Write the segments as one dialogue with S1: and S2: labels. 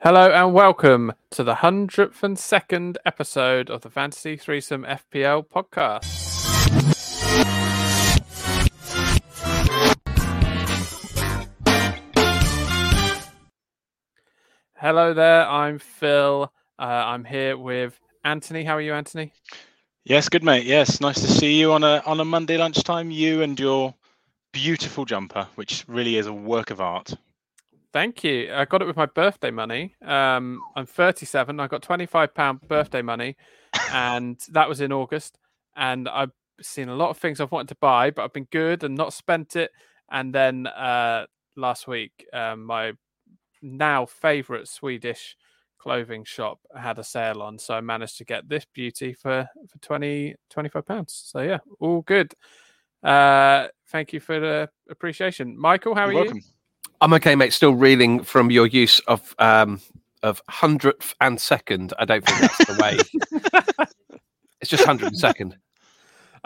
S1: Hello and welcome to the hundredth and second episode of the Fantasy Threesome FPL podcast. Hello there, I'm Phil. Uh, I'm here with Anthony. How are you, Anthony?
S2: Yes, good mate. Yes, nice to see you on a on a Monday lunchtime. You and your beautiful jumper, which really is a work of art.
S1: Thank you. I got it with my birthday money. Um, I'm 37. I got 25 pound birthday money, and that was in August. And I've seen a lot of things I've wanted to buy, but I've been good and not spent it. And then uh, last week, um, my now favorite Swedish clothing shop had a sale on, so I managed to get this beauty for for 20 25 pounds. So yeah, all good. Uh, thank you for the appreciation, Michael. How are
S2: You're
S1: you?
S2: welcome.
S3: I'm okay, mate. Still reeling from your use of um of hundredth and second. I don't think that's the way. it's just hundred and second.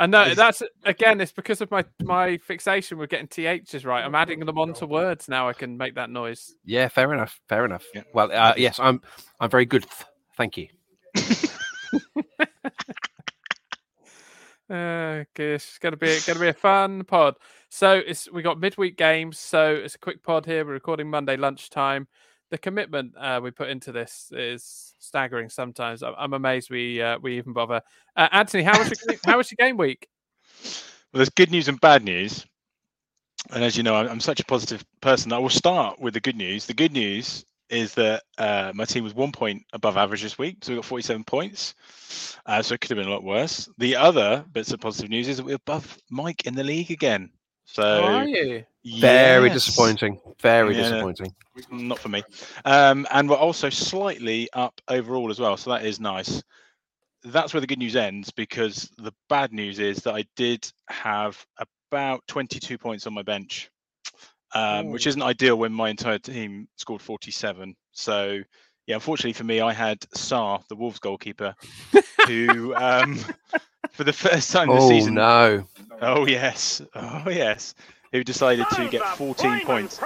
S1: I know
S2: Is-
S1: that's again. It's because of my my fixation with getting ths right. I'm adding them onto words now. I can make that noise.
S3: Yeah, fair enough. Fair enough.
S2: Yeah.
S3: Well, uh, yes, I'm. I'm very good. th- Thank you.
S1: Uh, gosh, it's gonna be gonna be a fun pod. So it's we got midweek games. So it's a quick pod here. We're recording Monday lunchtime. The commitment uh, we put into this is staggering. Sometimes I'm, I'm amazed we uh, we even bother. Uh, Anthony, how was your game- how was your game week?
S2: Well, there's good news and bad news. And as you know, I'm, I'm such a positive person. I will start with the good news. The good news is that uh, my team was one point above average this week, so we got 47 points. Uh, so it could have been a lot worse. The other bits of positive news is that we're above Mike in the league again.
S1: How are
S2: So
S1: you?
S3: Very
S2: yes.
S3: disappointing. Very
S2: Yeah.
S3: disappointing.
S2: Not for me. Um, and we're also slightly up overall as well. So that is nice. That's where the good news ends because the bad news is that I did have about 22 points on my bench, um, which
S1: Ooh.
S2: isn't ideal when my entire team scored 47. So, yeah, unfortunately for me, I had Saar, the Wolves goalkeeper, who, um, for the first time this
S3: Oh
S2: season,
S3: no!
S2: oh, yes, oh, yes, who decided to get 14 points.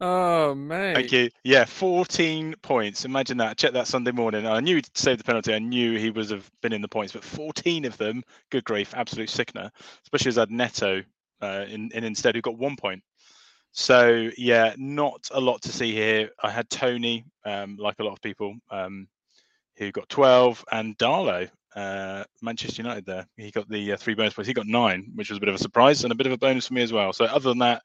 S1: Oh man,
S2: Thank you. Yeah, 14 points. Imagine that. Check that Sunday morning. I knew he'd saved the penalty. I knew he was have been in the points, but 14 of them, good grief, absolute sickener. Especially as I had Neto uh, in, in instead who got one point. So yeah, not a lot to see here. I had Tony, um, like a lot of people, um, who got 12, and Darlow, uh, Manchester United. There, he got the uh, three bonus points. He got nine, which was a bit of a surprise and a bit of a bonus for me as well. So other than that,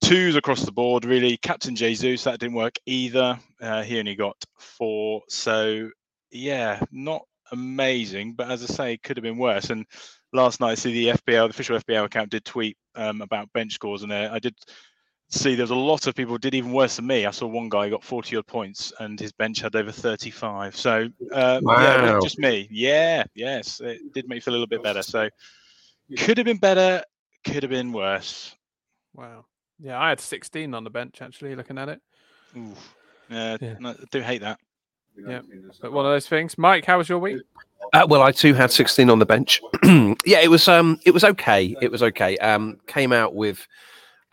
S2: twos across the board really captain jesus that didn't work either uh, he only got four so yeah not amazing but as i say could have been worse and last night i see the fbl the official fbl account did tweet um, about bench scores and uh, i did see there's a lot of people did even worse than me i saw one guy got 40 odd points and his bench had over 35 so uh, yeah, it
S3: Wow.
S2: was just me yeah yes it did make me feel a little bit better so could have been better could have been worse
S1: Wow. Yeah, I had 16 on the bench actually. Looking at it,
S2: Ooh. Yeah,
S1: Yeah.
S2: no, I do hate that.
S1: but one of those things. Mike, how was your week?
S3: Uh, well, I too had 16 on the bench. yeah, it was um, it was okay. It was okay. Um, came out with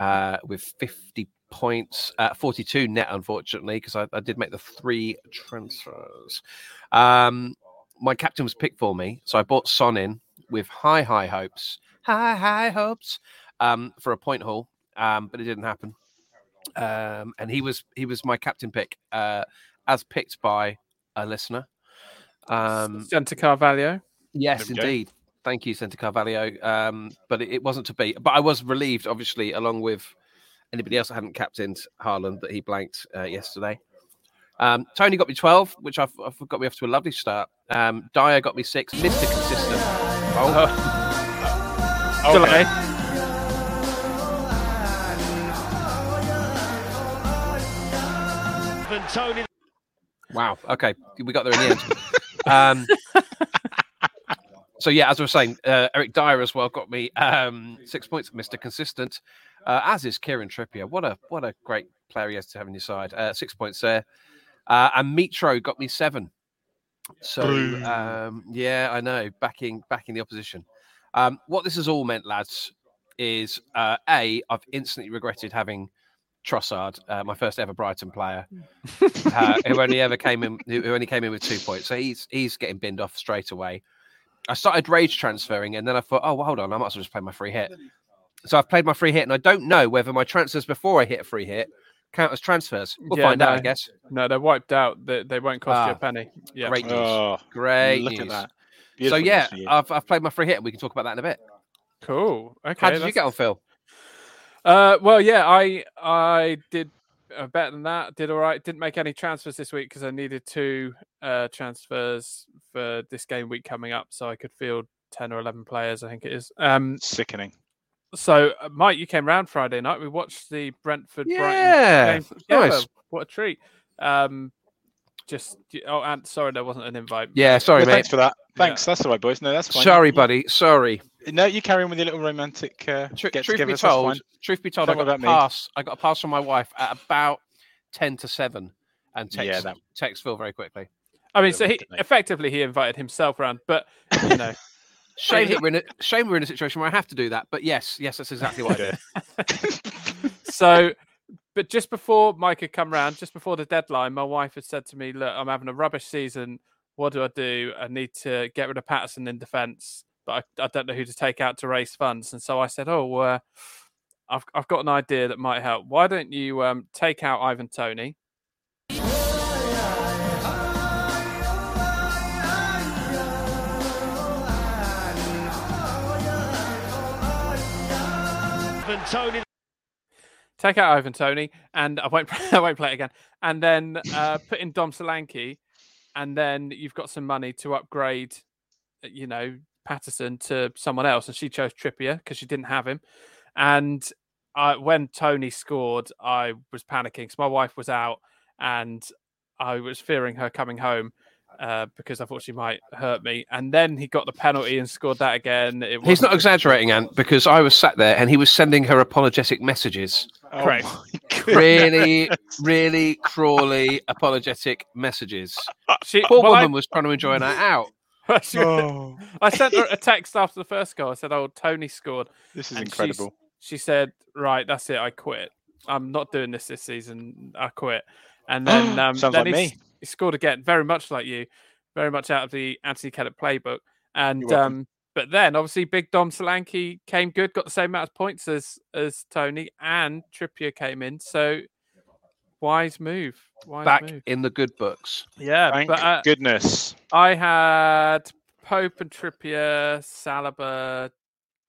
S3: uh, with 50 points, uh, 42 net, unfortunately, because I, I did make the three transfers. Um, my captain was picked for me, so I bought Son in with high, high hopes, high, high hopes um, for a point haul, um, but it didn't happen. Um, and he was he was my captain pick, uh, as picked by a listener. Um,
S1: Santa Carvalho.
S3: Yes,
S2: we go.
S3: indeed. Thank you, Santa Carvalho. Um, but it, it wasn't to be. But I was relieved, obviously, along with anybody else I hadn't captained, Haaland, that he blanked uh, yesterday. Um, Tony got me 12, which I've, I've got me off to a lovely start. Um, Dyer got me six. Mr. Consistent. Oh,
S1: Delay.
S3: wow. Okay. We got there in the end. um, so, yeah, as I was saying, uh, Eric Dyer as well got me um, six points, Mr. Consistent, uh, as is Kieran Trippier. What a what a great player he has to have on your side. Uh, six points there. Uh, and Mitro got me seven. So
S2: Boo.
S3: um, yeah, I know. Backing backing the opposition. Um, what this has all meant, lads, is uh, a I've instantly regretted having Trossard, uh, my first ever Brighton player,
S1: Hmm.
S3: uh, who only ever came in, who who only came in with two points. So he's he's getting binned off straight away. I started rage transferring, and then I thought, oh, well, hold on, I might as well just play my free hit. So I've played my free hit, and I don't know whether my transfers before I hit a free hit count as transfers. We'll
S1: Yeah,
S3: find out, I
S1: no.
S3: guess.
S1: No, they're wiped out. They, they won't cost you a
S3: Ah,
S1: penny. Yeah.
S3: Great news.
S2: Oh,
S3: Great
S2: look at
S3: news.
S2: that. Beautiful
S3: So
S2: news
S3: yeah,
S2: for
S1: um,
S2: you.
S3: I've, I've played my free hit, and we can talk about that in a bit.
S1: Cool. Okay.
S3: How did you
S1: that's-
S3: get on, Phil?
S1: Uh, well, yeah, I I did uh, better than that. Did all right. Didn't make any transfers this week because I needed two uh, transfers for this game week coming up, so I could field ten or eleven players. I think it is. Um,
S2: Sickening.
S1: so uh, Mike, you came round Friday night. We watched the Brentford Brighton
S3: Yeah,
S1: game together.
S3: nice.
S1: What a treat. Um, just oh, and sorry, there wasn't an invite.
S3: Yeah, sorry,
S2: Well,
S3: mate.
S2: thanks for that.
S1: Yeah.
S2: Thanks. That's all right, boys. No, that's fine.
S3: Sorry,
S2: You-
S3: buddy. Sorry.
S2: No, you carry on with your little romantic uh,
S3: Tru-
S2: get
S3: truth
S2: together.
S3: be
S2: That's fine.
S3: told, truth be told, I
S2: Don't worry
S3: got a
S2: about me.
S3: pass. I got a pass from my wife at about ten to seven, and
S2: Yeah,
S3: text
S2: that-
S3: text Phil very quickly.
S1: I mean,
S2: Yeah,
S1: so
S2: we
S1: he
S2: did, mate.
S1: effectively he invited himself round, but you know,
S3: Shame that we're in a shame we're in a situation where I have to do that. But yes, yes, that's exactly what I did.
S1: so but just before mike had come round just before the deadline my wife had said to me look i'm having a rubbish season what do i do i need to get rid of patterson in defence but I, I don't know who to take out to raise funds and so i said oh uh, I've, I've got an idea that might help why don't you um, take out ivan tony take out Ivan Tony, and I won't I won't play it again. And then uh, put in Dom Solanke, and then you've got some money to upgrade, uh, you know, Patterson to someone else. And she chose Trippier because she didn't have him. And I, when Tony scored, I was panicking because my wife was out, and I was fearing her coming home. Uh, because I thought she might hurt me, and then he got the penalty and scored that again. It
S3: He's
S1: wasn't-
S3: not exaggerating, Ant, because I was sat there and he was sending her apologetic messages.
S2: Oh
S1: Correct.
S2: my goodness.
S3: Really, really crawly apologetic messages.
S1: She,
S3: Poor
S1: well, I-
S3: woman was trying to enjoy a night out.
S1: she was-
S2: Oh,
S1: I sent her a text after the first goal. I said, "Oh, Tony scored."
S2: this is
S1: And she's-
S2: incredible.
S1: She said, "Right, that's it. I quit. I'm not doing this this season. I quit." And then, um,
S2: Sounds
S1: then
S2: like
S1: he, s- he scored again, very much like you, very much out of the Anthony Kellett playbook. And
S2: welcome.
S1: um, but then, obviously, Big Dom Solanke came good, got the same amount of points as as Tony, and Trippier came in. So wise move, wise
S3: Back
S1: move.
S3: in the good books.
S1: Yeah,
S2: Thank
S1: but uh,
S2: goodness.
S1: I had Pope and Trippier, Saliba,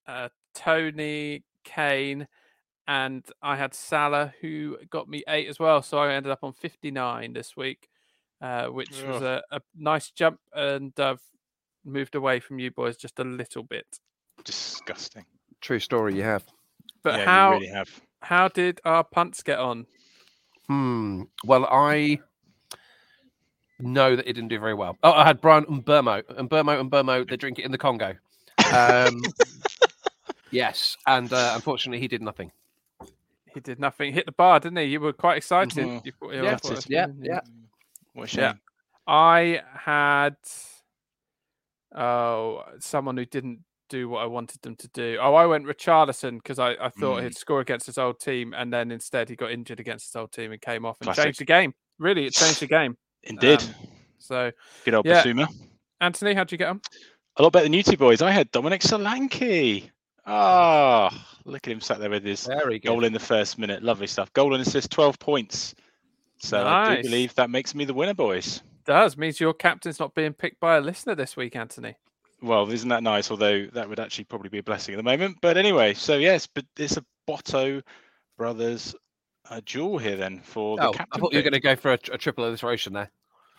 S1: uh, Tony, Kane, and I had Salah, who got me eight as well. So I ended up on 59 this week, uh, which was
S2: Ugh.
S1: a, a nice jump. And I've moved away from you boys just a little bit.
S2: Disgusting.
S3: True story, you have.
S1: But
S2: yeah,
S1: how
S2: you really have.
S1: how did our punts get on?
S3: Hmm. Well, I know that it didn't do very well. Oh, I had Brian and Burmo and Burmo and Burmo. They drink it in the Congo. Um, yes, and uh, unfortunately, he did nothing.
S1: He did nothing. Hit the bar, didn't he? You were quite excited.
S2: Mhm.
S1: You thought-
S3: Yeah,
S1: I thought
S2: it-
S1: that's
S3: yeah,
S1: brilliant,
S3: yeah.
S2: What a
S1: Yeah.
S2: shame.
S1: I had oh someone who didn't do what I wanted them to do. Oh, I went Richarlison because I, I
S2: Hmm.
S1: thought he'd score against his old team, and then instead he got injured against his old team and came off and
S2: Classic.
S1: changed the game. Really, it changed the game.
S2: Indeed.
S1: So,
S2: Good old
S1: Um, yeah.
S2: Basuma.
S1: Anthony, how'd you get on?
S2: A lot better than you two boys. I had Dominic Solanke. Ah, look at him sat there with his
S3: Very
S2: goal
S3: good.
S2: in the first minute. Lovely stuff. Goal and assist, 12 points. So I do
S1: Nice.
S2: believe that makes me the winner, boys.
S1: Does means your captain's not being picked by a listener this week, Anthony.
S2: Well, isn't that nice? Although that would actually probably be a blessing at the moment. But anyway, so yes, but it's a Botto Brothers uh, duel here then for the
S3: Oh,
S2: captain.
S3: I thought you were
S2: pick.
S3: going to go for a, tr- a triple alliteration there.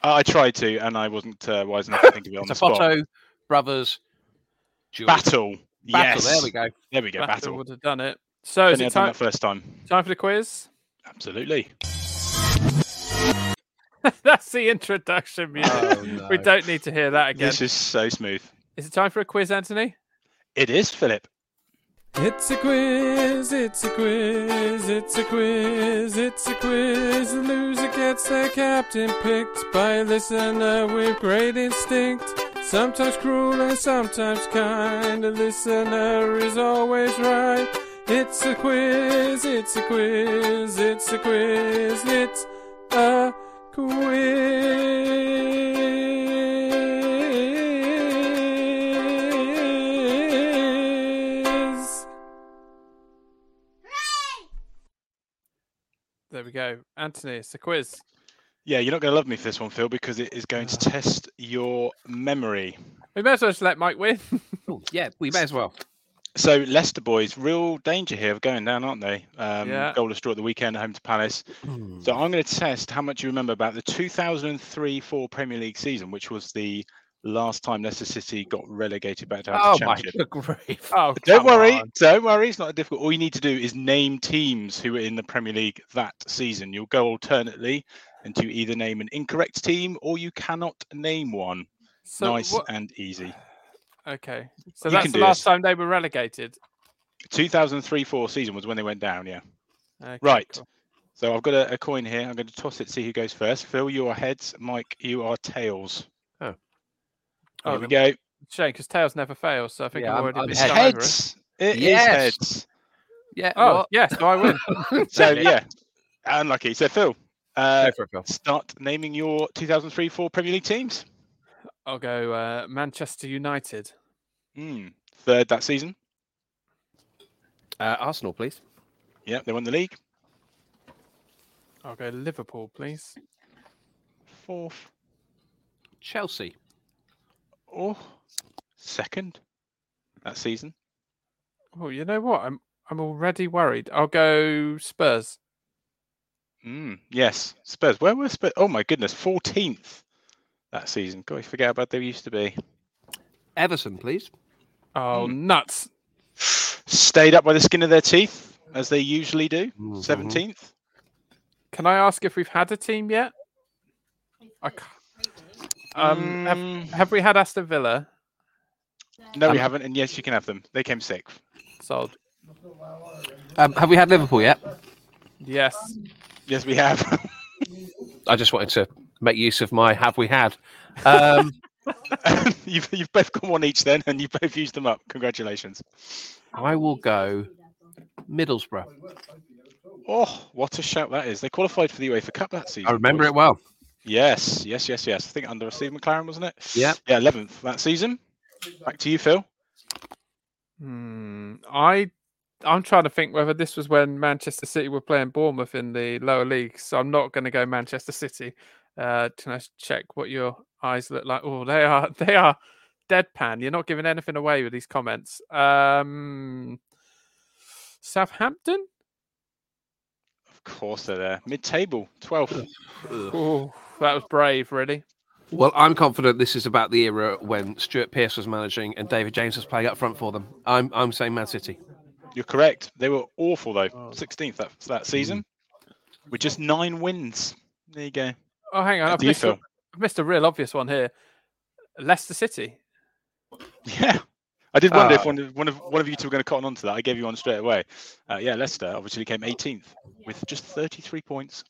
S2: Uh, I tried to, and I wasn't uh, wise enough to think of it on
S3: It's
S2: the
S3: a
S2: spot.
S3: Botto brothers duel.
S2: Battle.
S3: Battle,
S2: Yes.
S3: There we go.
S2: There we go.
S1: Battle
S2: Battle.
S1: would have done it. So
S2: If
S1: is
S2: only
S1: it
S2: I'd done
S1: time,
S2: that first time.
S1: time for the quiz?
S2: Absolutely.
S1: That's the introduction music.
S3: Oh, no.
S1: We don't need to hear that again.
S2: This is so smooth.
S1: Is it time for a quiz, Anthony?
S2: It is Philip.
S1: It's a quiz, it's a quiz, it's a quiz, it's a quiz. The loser gets their captain picked by a listener with great instinct. Sometimes cruel and sometimes kind, a listener is always right. It's a quiz, it's a quiz, it's a quiz, it's a quiz. There we go. Anthony, it's a quiz.
S2: Yeah, you're not going to love me for this one, Phil, because it is going to test your memory.
S1: We may as well just let Mike win.
S3: Ooh, yeah, we may as well.
S2: So Leicester boys, real danger here of going down, aren't they? Um,
S1: Yeah.
S2: Goalless draw at the weekend at home to Palace. So I'm going to test how much you remember about the 2003-4 Premier League season, which was the last time Leicester City got relegated back down to
S3: Oh
S2: the
S3: my
S2: Championship.
S3: good grief!
S1: Oh,
S2: Don't
S1: come
S2: worry,
S1: on.
S2: don't worry. It's not difficult. All you need to do is name teams who were in the Premier League that season. You'll go alternately, and you either name an incorrect team or you cannot name one.
S1: So
S2: nice
S1: what-
S2: and easy.
S1: Okay. So
S2: You
S1: that's
S2: can
S1: the
S2: do
S1: last
S2: this.
S1: time they were relegated.
S2: 2003-4 season was when they went down. Yeah.
S1: Okay,
S2: Right.
S1: cool.
S2: So I've got a, a coin here. I'm going to toss it. See who goes first. Phil, you are heads. Mike, you are tails.
S3: Oh.
S1: Oh,
S2: Here we go.
S1: Shame because tails never fails. So I think
S3: Yeah,
S1: I'm
S3: I'm-
S1: already
S3: I'm
S1: been
S2: It's
S3: heads.
S1: done over it.
S2: heads. It is
S3: Yes.
S2: heads.
S3: Yeah.
S1: Oh yeah, so I win.
S3: what?
S2: So yeah, unlucky. So Phil, uh,
S3: Go for it, Phil.
S2: start naming your 2003-4 Premier League teams.
S1: I'll go uh, Manchester United.
S2: Mm. Third that season.
S3: Uh, Arsenal, please.
S2: Yeah, they won the league.
S1: I'll go Liverpool, please.
S2: Fourth.
S3: Chelsea.
S2: Oh, second that season.
S1: Oh, you know what? I'm I'm already worried. I'll go Spurs.
S2: Mm. Yes, Spurs. Where were Spurs? Oh my goodness, 14th that season. God, I forget how bad they used to be.
S3: Everton, please.
S1: Oh nuts!
S2: Stayed up by the skin of their teeth, as they usually do.
S3: Mhm.
S2: 17th.
S1: Can I ask if we've had a team yet? I ca- um, have,
S2: Mm,
S1: have we had Aston Villa?
S2: no, we
S3: Um,
S2: haven't. And yes, you can have them. They came sixth.
S1: Sold.
S3: Um, have we had Liverpool yet?
S1: Yes.
S2: Yes, we have.
S3: I just wanted to make use of my "Have we had?" Um,
S2: you've, you've both got one each then, and you both used them up. Congratulations.
S3: I will go Middlesbrough.
S2: Oh, what a shout that is. They qualified for the UEFA Cup that season.
S3: I remember
S2: boys.
S3: it well.
S2: Yes, yes, yes, yes. I think under Steve McLaren, wasn't it?
S3: Yeah.
S2: Yeah, 11th that season. Back to you, Phil.
S1: Hmm. I I'm trying to think whether this was when Manchester City were playing Bournemouth in the lower league. So I'm not going to go Manchester City. Uh, can I s- check what your eyes look like? Oh, they are they are deadpan. You're not giving anything away with these comments. Um, Southampton.
S2: Of course they're there. Mid table, 12th.
S1: Oh, that was brave, really.
S3: Well, I'm confident this is about the era when Stuart Pearce was managing and David James was playing up front for them. I'm I'm saying Man City.
S2: You're correct. They were awful, though.
S1: Oh.
S2: 16th that, that season
S1: Mm.
S2: with just nine wins. There you go.
S1: Oh, hang on,
S2: Back
S1: I've
S2: to you,
S1: missed, a,
S2: Phil.
S1: I've missed a real obvious one here. Leicester City.
S2: Yeah. I did wonder
S3: Ah.
S2: if one of, one of one of you two were going to cotton on to that. I gave you one straight away. Uh, yeah, Leicester obviously came 18th with just 33 points.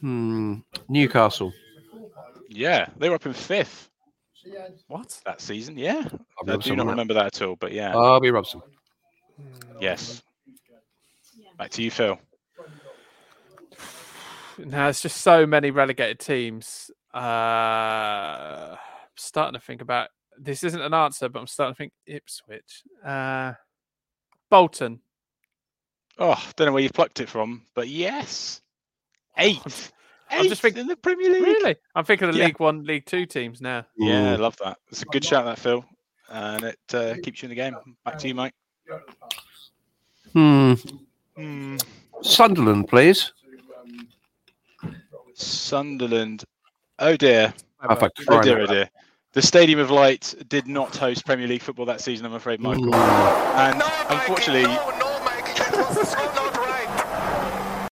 S3: Hmm. Newcastle.
S2: Yeah, they were up in fifth
S1: What?
S2: that season. Yeah, I
S3: Robson,
S2: do not
S3: wasn't it?
S2: remember that at all. But yeah,
S3: Barbie Robson.
S1: Ah.
S2: yes. Back to you, Phil.
S1: Now it's just so many relegated teams. Uh, starting to think about this isn't an answer, but I'm starting to think Ipswich, uh, Bolton.
S2: Oh, don't know where you plucked it from, but yes, eighth.
S1: I'm just
S2: Eighth
S1: think-
S2: in the Premier League.
S1: Really, I'm thinking of
S2: Yeah.
S1: League One, League Two teams now.
S2: Yeah, I love that. It's a good shout, that Phil, and it uh, keeps you in the game. Back to you, Mike.
S3: Hmm.
S2: Hmm,
S3: Sunderland, please.
S2: Sunderland. Oh dear.
S3: Oh, for
S2: Oh
S3: crying
S2: dear. Oh
S3: out
S2: dear. The Stadium of Light did not host Premier League football that season, I'm afraid, Mike.
S3: loud.
S2: And
S4: No, Mikey,
S2: unfortunately,
S4: no, no, Mikey, that was so not right.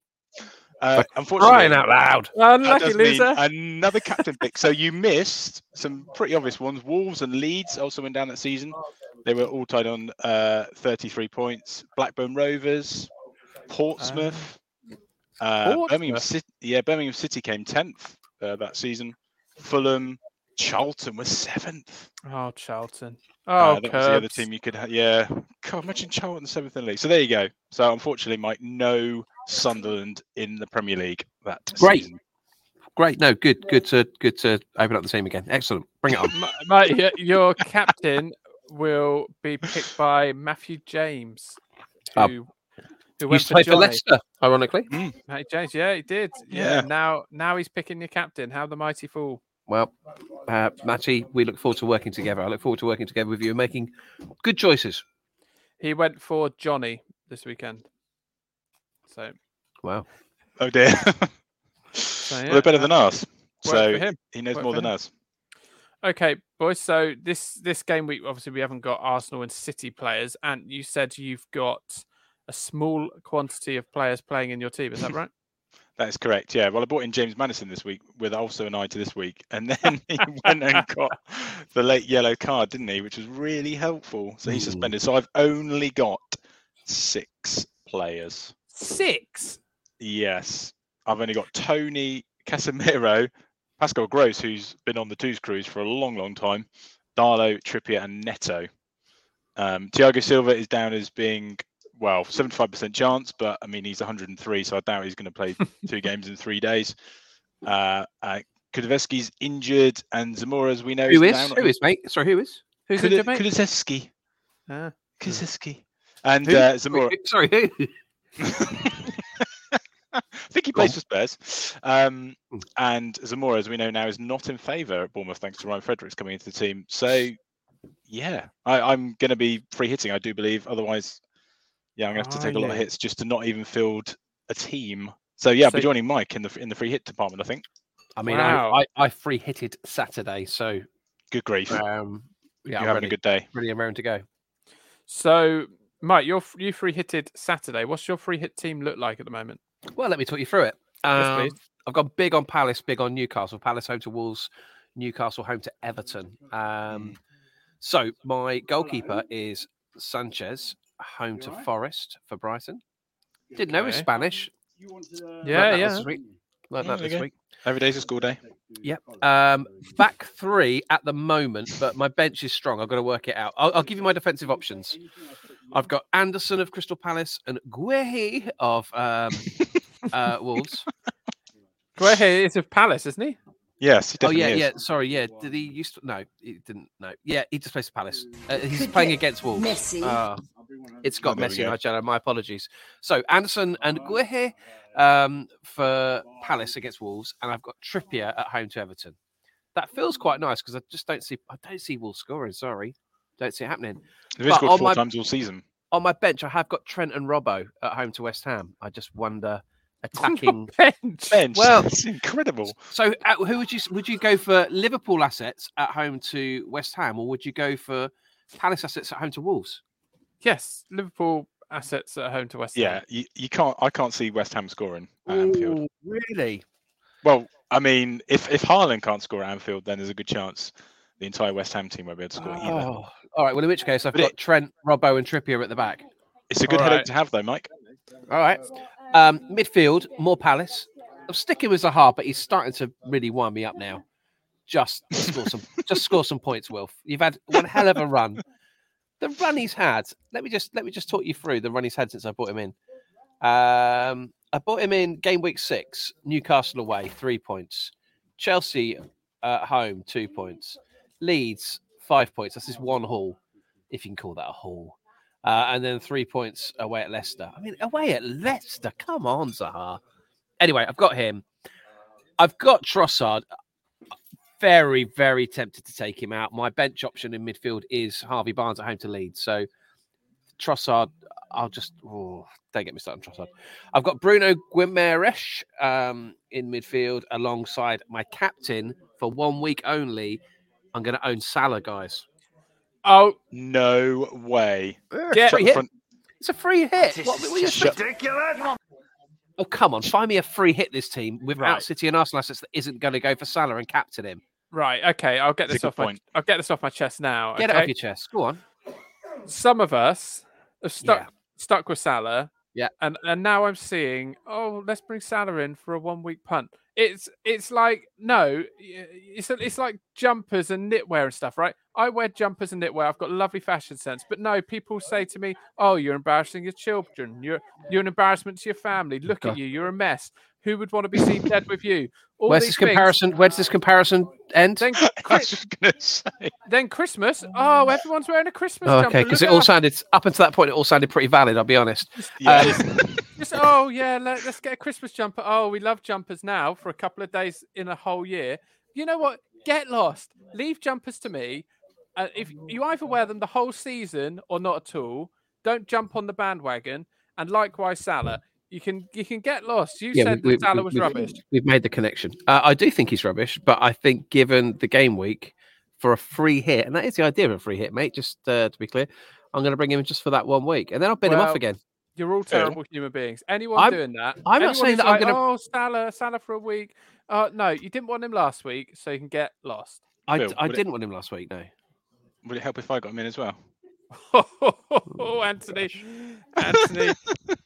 S2: uh,
S3: Hmm.
S2: unfortunately,
S3: Crying out loud.
S2: That
S1: Unlucky
S2: does mean
S1: loser.
S2: another captain pick. So you missed some pretty obvious ones. Wolves and Leeds also went down that season. They were all tied on uh, 33 points. Blackburn Rovers, Portsmouth, uh, Birmingham
S1: Portsmouth?
S2: City. Yeah, Birmingham City came 10th uh, that season. Fulham, Charlton was seventh.
S1: Oh, Charlton. Oh,
S2: Uh, that was the other
S1: Curbs.
S2: team you could. Ha- yeah, God, imagine Charlton seventh in the league. So there you go. So unfortunately, Mike, no Sunderland in the Premier League that
S3: Great.
S2: season.
S3: Great. No, good. Good to good to open up the team again. Excellent. Bring it on.
S1: M- Mate, your, your captain will be picked by Matthew James, who,
S3: Uh,
S1: who
S3: Used
S1: went
S3: to
S1: for,
S3: play
S1: Johnny.
S3: for Leicester, ironically.
S1: Matthew James, yeah, he did. Yeah.
S2: Yeah.
S1: Now, now he's picking your captain. How the mighty fool.
S3: Well, uh, Matty, we look forward to working together. I look forward to working together with you and making good choices.
S1: He went for Johnny this weekend. So,
S3: Wow.
S2: Oh dear. well,
S1: yeah,
S2: they're better than us.
S1: worked for
S2: So
S1: him.
S2: he knows
S1: Worked
S2: more
S1: for
S2: than
S1: him.
S2: us.
S1: Okay, boys. So this this game week, obviously, we haven't got Arsenal and City players, and you said you've got a small quantity of players playing in your team. Is that right?
S2: That is correct. Yeah. Well, I brought in James Madison this week with also an eye to this week, and then he went and got the late yellow card, didn't he? Which was really helpful. So
S3: Mm.
S2: he's suspended. So I've only got six players.
S1: Six.
S2: Yes, I've only got Tony Casemiro, Pascal Gross, who's been on the twos cruise for a long, long time, Darlo, Trippier, and Neto. Um, Thiago Silva is down as being well, 75% chance, but I mean he's 103, so I doubt he's going to play two games in three days. Uh, uh, Kudelski's injured, and Zamora, as we know,
S3: Who
S2: is
S3: is?
S2: down.
S3: Who is, mate? Sorry, who is?
S1: Who's in
S2: Kude-
S1: injured, mate?
S2: Kudelski.
S1: Ah.
S2: Kudelski. And
S3: Who?
S2: uh, Zamora.
S3: Sorry, who?
S2: I think he
S3: Go on.
S2: plays for Spurs. Um,
S3: Mm.
S2: and Zamora, as we know now, is not in favour at Bournemouth thanks to Ryan Fredericks coming into the team. So, yeah, I, I'm going to be free hitting, I do believe. Otherwise, yeah, I'm going to have to
S1: Are
S2: take a lot of
S1: you?
S2: hits just to not even field a team. So yeah, I'll be
S1: So-
S2: joining Mike in the in the free hit department. I think.
S3: I mean,
S1: Wow.
S3: I, I, I free hitted Saturday, so
S2: Good grief,
S3: um, yeah,
S2: you're
S3: I'm
S2: having
S3: ready,
S2: a good day.
S3: ready and round to go.
S1: So, Mike, you're f- you free hitted Saturday. What's your free hit team look like at the moment?
S3: Well, let me talk you through it.
S1: Yes,
S3: Um, I've gone big on Palace, big on Newcastle. Palace home to Wolves, Newcastle home to Everton. Um, so my goalkeeper is Sanchez, home to Forest for Brighton. Didn't know it was
S1: Okay.
S3: Spanish.
S1: Yeah,
S3: that
S1: yeah.
S3: this week. Learned
S2: Oh, there
S3: that
S2: you
S3: this
S2: go.
S3: week.
S2: Every day's a school day.
S3: Yep. Um, back three at the moment, but my bench is strong. I've got to work it out. I'll, I'll give you my defensive options. I've got Anderson of Crystal Palace and Guehi of um, uh, Wolves.
S1: Guehi is of Palace, isn't he?
S2: Yes, he
S3: Oh
S2: definitely
S3: yeah,
S2: is.
S3: yeah. Sorry, yeah. Did he used to? No, he didn't. No, yeah. He just plays for Palace. Uh, he's playing against Wolves.
S5: Messi.
S3: Ah, it's got
S2: Oh, there we
S3: Messi and
S2: go.
S3: Argento. My apologies. So Anderson and Guehe um, for Palace against Wolves, and I've got Trippier at home to Everton. That feels quite nice because I just don't see. I don't see Wolves scoring. Sorry, don't see it happening.
S2: He's been
S3: But
S2: scored
S3: on
S2: four
S3: my-
S2: times all season.
S3: On my bench, I have got Trent and Robbo at home to West Ham. I just wonder attacking.
S1: Bench.
S2: Bench.
S3: Well-
S2: it's incredible.
S3: So, uh, who would you would you go for Liverpool assets at home to West Ham, or would you go for Palace assets at home to Wolves?
S1: Yes, Liverpool assets at home to West Ham.
S2: Yeah, you, you can't. I can't see West Ham scoring um, at Anfield.
S3: Ooh, really?
S2: Well, I mean, if if Haaland can't score at Anfield, then there's a good chance the entire West Ham team won't be able to score either.
S3: Oh. All right. Well, in which case, I've
S2: But
S3: got
S2: it-
S3: Trent, Robbo, and Trippier at the back.
S2: It's a good
S1: Alright.
S2: headache to have, though, Mike.
S3: All right. Um, midfield, more Palace. I'm sticking with Zaha, but he's starting to really wind me up now. Just score some, just score some points, Wilf. You've had one hell of a run. The run he's had. Let me just let me just talk you through the run he's had since I bought him in. Um, I bought him in game week six, Newcastle away, three points. Chelsea uh, at home, two points. Leeds, five points. That's his one haul, if you can call that a haul. Uh, and then three points away at Leicester. I mean, away at Leicester. Come on, Zaha. Anyway, I've got him. I've got Trossard. Very, very tempted to take him out. My bench option in midfield is Harvey Barnes at home to Leeds. So Trossard, I'll just oh, don't get me started on Trossard. I've got Bruno Guimaraes um, in midfield alongside my captain for one week only. I'm going to own Salah, guys.
S1: Oh,
S2: No way.
S1: Get-
S2: Shut
S3: Free
S2: the
S3: hit.
S2: front-
S3: It's a free hit.
S5: This
S3: What,
S5: is
S3: what are you
S5: just
S2: shut-
S3: Oh, come on. Find me a free hit this team without
S1: Right.
S3: City and Arsenal assets that isn't going to go for Salah and captain him.
S1: Right. Okay. I'll get
S2: That's
S1: this
S2: a good
S1: off my.
S2: point.
S1: I'll get this off my chest now.
S3: Get it
S1: okay?
S3: off your chest. Go on.
S1: Some of us have stuck
S3: Yeah.
S1: stuck with Salah.
S3: Yeah.
S1: And and now I'm seeing, oh, let's bring Salah in for a one week punt. It's it's like no, y- it's it's like jumpers and knitwear and stuff, right? I wear jumpers and knitwear. I've got lovely fashion sense, but no, people say to me, "Oh, you're embarrassing your children. You're you're an embarrassment to your family. Look at
S3: God.
S1: you. You're a mess. Who would want to be seen dead with you?" All
S3: Where's
S1: these
S3: this
S1: things.
S3: comparison? Where's this comparison end?
S1: Then,
S2: I
S1: Chris-
S2: was just gonna say.
S1: then Christmas. Oh, everyone's wearing a Christmas
S3: Oh,
S1: jumper.
S3: okay, because
S1: Look
S3: it all
S1: at us.
S3: sounded up until that point. It all sounded pretty valid. I'll be honest.
S2: Yeah.
S1: Just, oh yeah, let, us get a Christmas jumper. Oh, we love jumpers now for a couple of days in a whole year. You know what? Get lost. Leave jumpers to me. Uh, if you either wear them the whole season or not at all, don't jump on the bandwagon. And likewise, Salah, you can you can get lost. You said that Salah was rubbish.
S3: we've made the connection. Uh, I do think he's rubbish, but I think given the game week for a free hit, and that is the idea of a free hit, mate. Just uh, to be clear, I'm going to bring him in just for that one week, and then I'll bin him
S1: Well,
S3: off again.
S1: You're all
S2: Fair
S1: terrible human beings. Anyone
S3: I'm-
S1: doing that?
S3: I'm not
S1: anyone
S3: saying
S1: who's
S3: that I'm
S1: like,
S3: gonna-
S1: Oh, Salah, Salah for a week. Uh, no, you didn't want him last week, so you can get lost.
S3: I,
S2: Phil,
S3: I
S2: would it-
S3: didn't want him last week. No,
S2: Would it help if I got him in as well?
S1: oh, Anthony, Anthony,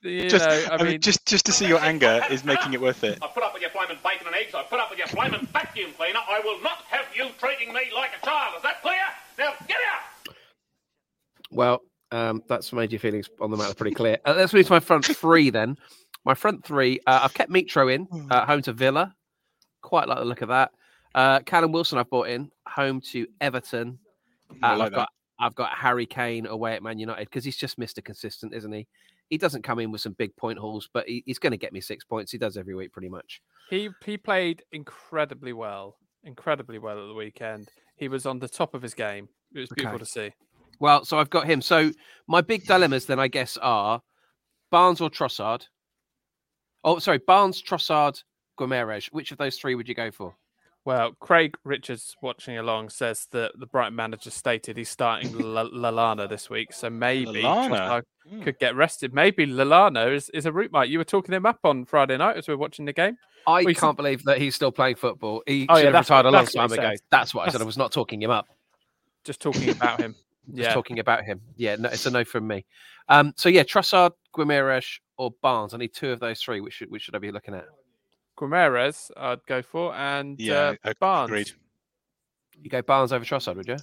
S1: you
S2: just,
S1: know, I mean, Uh,
S2: just, just to see your anger is making it worth it.
S5: I put up with your flaming bacon and eggs. I put up with your flaming vacuum cleaner. I will not have you treating me like a child. Is that clear? Now get out!
S3: Well, um, that's made your feelings on the matter pretty clear. Uh, let's move to my front three then. My front three, uh, I've kept Mitro in,
S2: Hmm.
S3: uh, home to Villa. Quite like the look of that. Uh, Callum Wilson, I've bought in, home to Everton. Uh,
S2: I like
S3: I've got I've got Harry Kane away at Man United because he's just Mr. Consistent, isn't he? He doesn't come in with some big point hauls, but he, he's going to get me six points. He does every week, pretty much.
S1: he he played incredibly well, incredibly well at the weekend. He was on the top of his game. It was beautiful
S3: Okay.
S1: to see.
S3: Well, so I've got him. So my big dilemmas then, I guess, are Barnes or Trossard. Oh, sorry, Barnes, Trossard, Guimaraes. Which of those three would you go for?
S1: Well, Craig Richards watching along says that the Brighton manager stated he's starting L- Lalana this week, so maybe
S2: Lallana? Hmm.
S1: Trossard could uh, get rested. Maybe Lalana is, is a route mate. You were talking him up on Friday night as we were watching the game.
S3: I
S1: Well, you said-
S3: can't believe that he's still playing football. He
S1: Oh, yeah,
S3: should have
S1: that's
S3: retired a
S1: what-
S3: long
S1: that's what
S3: time
S1: he
S3: ago.
S1: said.
S3: That's what I said. I
S1: That's-
S3: was not talking him up.
S1: Just talking about him.
S3: Just
S1: yeah,
S3: talking about him. Yeah, no, it's a no from me. Um, so yeah, Trossard, Guimaraes, or Barnes. I need two of those three. Which should, which should I be looking at?
S1: Guimaraes, I'd go for, and
S2: Yeah,
S1: uh,
S2: ag-
S1: Barnes.
S2: agreed.
S3: You go Barnes over Trossard, would you?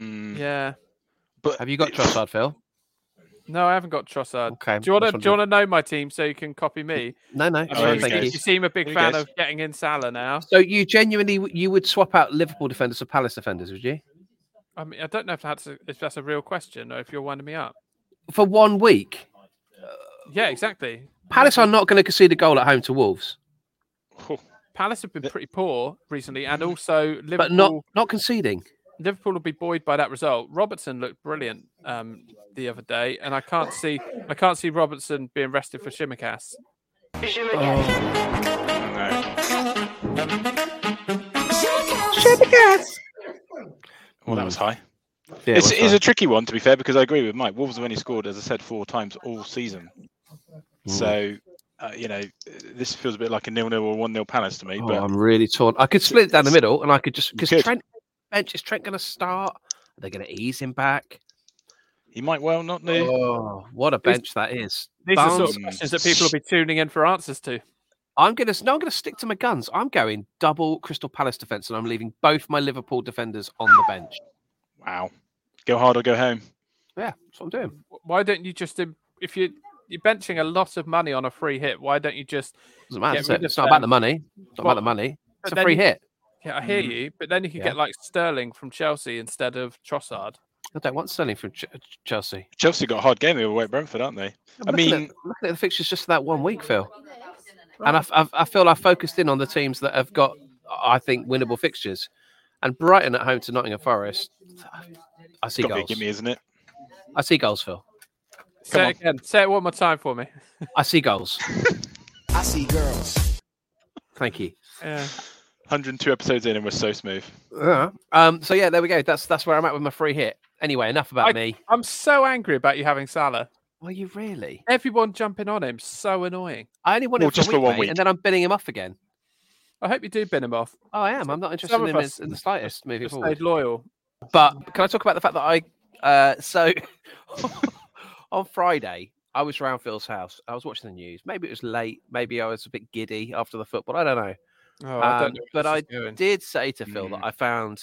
S2: Mm,
S1: Yeah.
S2: But
S3: Have you got Trossard, Phil?
S1: No, I haven't got Trossard.
S3: Okay.
S1: Do you want
S3: just
S1: to? Do you want to know my team so you can copy me?
S3: wondering. No, no.
S2: Oh,
S3: sorry,
S2: there we
S3: thank
S2: go.
S3: you.
S1: you seem a big
S2: Here we
S1: fan
S2: go.
S1: of getting in Salah now.
S3: So you genuinely w- you would swap out Liverpool defenders for Palace defenders, would you?
S1: I mean, I don't know if that's a, if that's a real question or if you're winding me up.
S3: For one week,
S1: Yeah, exactly.
S3: Palace are not going to concede a goal at home to Wolves,
S2: Oh,
S1: Palace have been
S2: The-
S1: pretty poor recently, and also Liverpool.
S3: Mm-hmm. but not not conceding.
S1: Liverpool will be buoyed by that result. Robertson looked brilliant um, the other day, and I can't see I can't see Robertson being rested for Shimikas.
S3: Oh,
S2: oh, no. Well, that was high.
S3: Yeah,
S2: it's,
S3: well,
S2: it's a tricky one, to be fair, because I agree with Mike. Wolves have only scored, as I said, four times all season.
S3: Mm.
S2: So, uh, you know, this feels a bit like a nil-nil or one-nil Palace to me.
S3: Oh,
S2: but
S3: I'm really torn. I could split it down the middle, and I could just
S2: You
S3: because
S2: could.
S3: Trent bench is Trent going to start? Are they going to ease him back?
S2: he might well not do.
S3: Oh, what a bench that is!
S1: These are sort
S3: Barnes-
S1: of questions that people will be tuning in for answers to.
S3: I'm going to no, I'm going to stick to my guns. I'm going double Crystal Palace defense, and I'm leaving both my Liverpool defenders on the bench.
S2: Wow. Go hard or go home.
S3: Yeah, that's what I'm doing.
S1: Why don't you just im- if you you're benching a lot of money on a free hit? Why don't you just
S3: Doesn't matter.
S1: Get
S3: does
S1: rid
S3: it?
S1: of
S3: It's not about
S1: them.
S3: the money. It's not about
S1: Well,
S3: the money. It's
S1: but
S3: a
S1: then
S3: free
S1: you-
S3: hit.
S1: Yeah, I hear
S2: Mm.
S1: you, but then you could
S3: Yeah.
S1: get like Sterling from Chelsea instead of Trossard.
S3: I don't want Sterling from Ch- uh, Ch- Chelsea.
S2: Chelsea got a hard game away at Brentford, aren't they?
S3: I'm
S2: I
S3: looking
S2: mean-
S3: at, I'm looking at the fixtures just for that one week, Phil, and I, f- I've- I feel I focused in on the teams that have got, I think, winnable fixtures, and Brighton at home to Nottingham Forest. I see
S2: It's got to be a
S3: goals.
S2: gimme, isn't it?
S3: I see goals, Phil.
S1: Say
S2: on.
S1: it again. Say it one more time for me.
S3: I see goals.
S6: I see girls.
S3: Thank you.
S1: Yeah.
S2: 102 episodes in and we're so smooth.
S3: Yeah. Um. So yeah, there we go. That's that's where I'm at with my free hit. Anyway, enough about
S1: I-
S3: me.
S1: I'm so angry about you having Salah.
S3: Were you really?
S1: Everyone jumping on him, so annoying.
S3: I only want
S2: Well,
S3: him for,
S2: just
S3: a
S2: for
S3: week,
S2: one
S3: mate,
S2: week.
S3: and then I'm bidding him off again.
S1: I hope you do bin him off.
S3: Oh, I am. I'm not interested
S1: Some
S3: in
S1: of
S3: him
S1: us
S3: as- in the slightest moving
S1: Just
S3: forward.
S1: stayed loyal.
S3: But can I talk about the fact that I uh so on Friday I was around Phil's house. I was watching the news. Maybe it was late. Maybe I was a bit giddy after the football. I don't know.
S1: Oh, I
S3: Um,
S1: don't know where
S3: but
S1: this
S3: I
S1: is going.
S3: did say to Phil that I found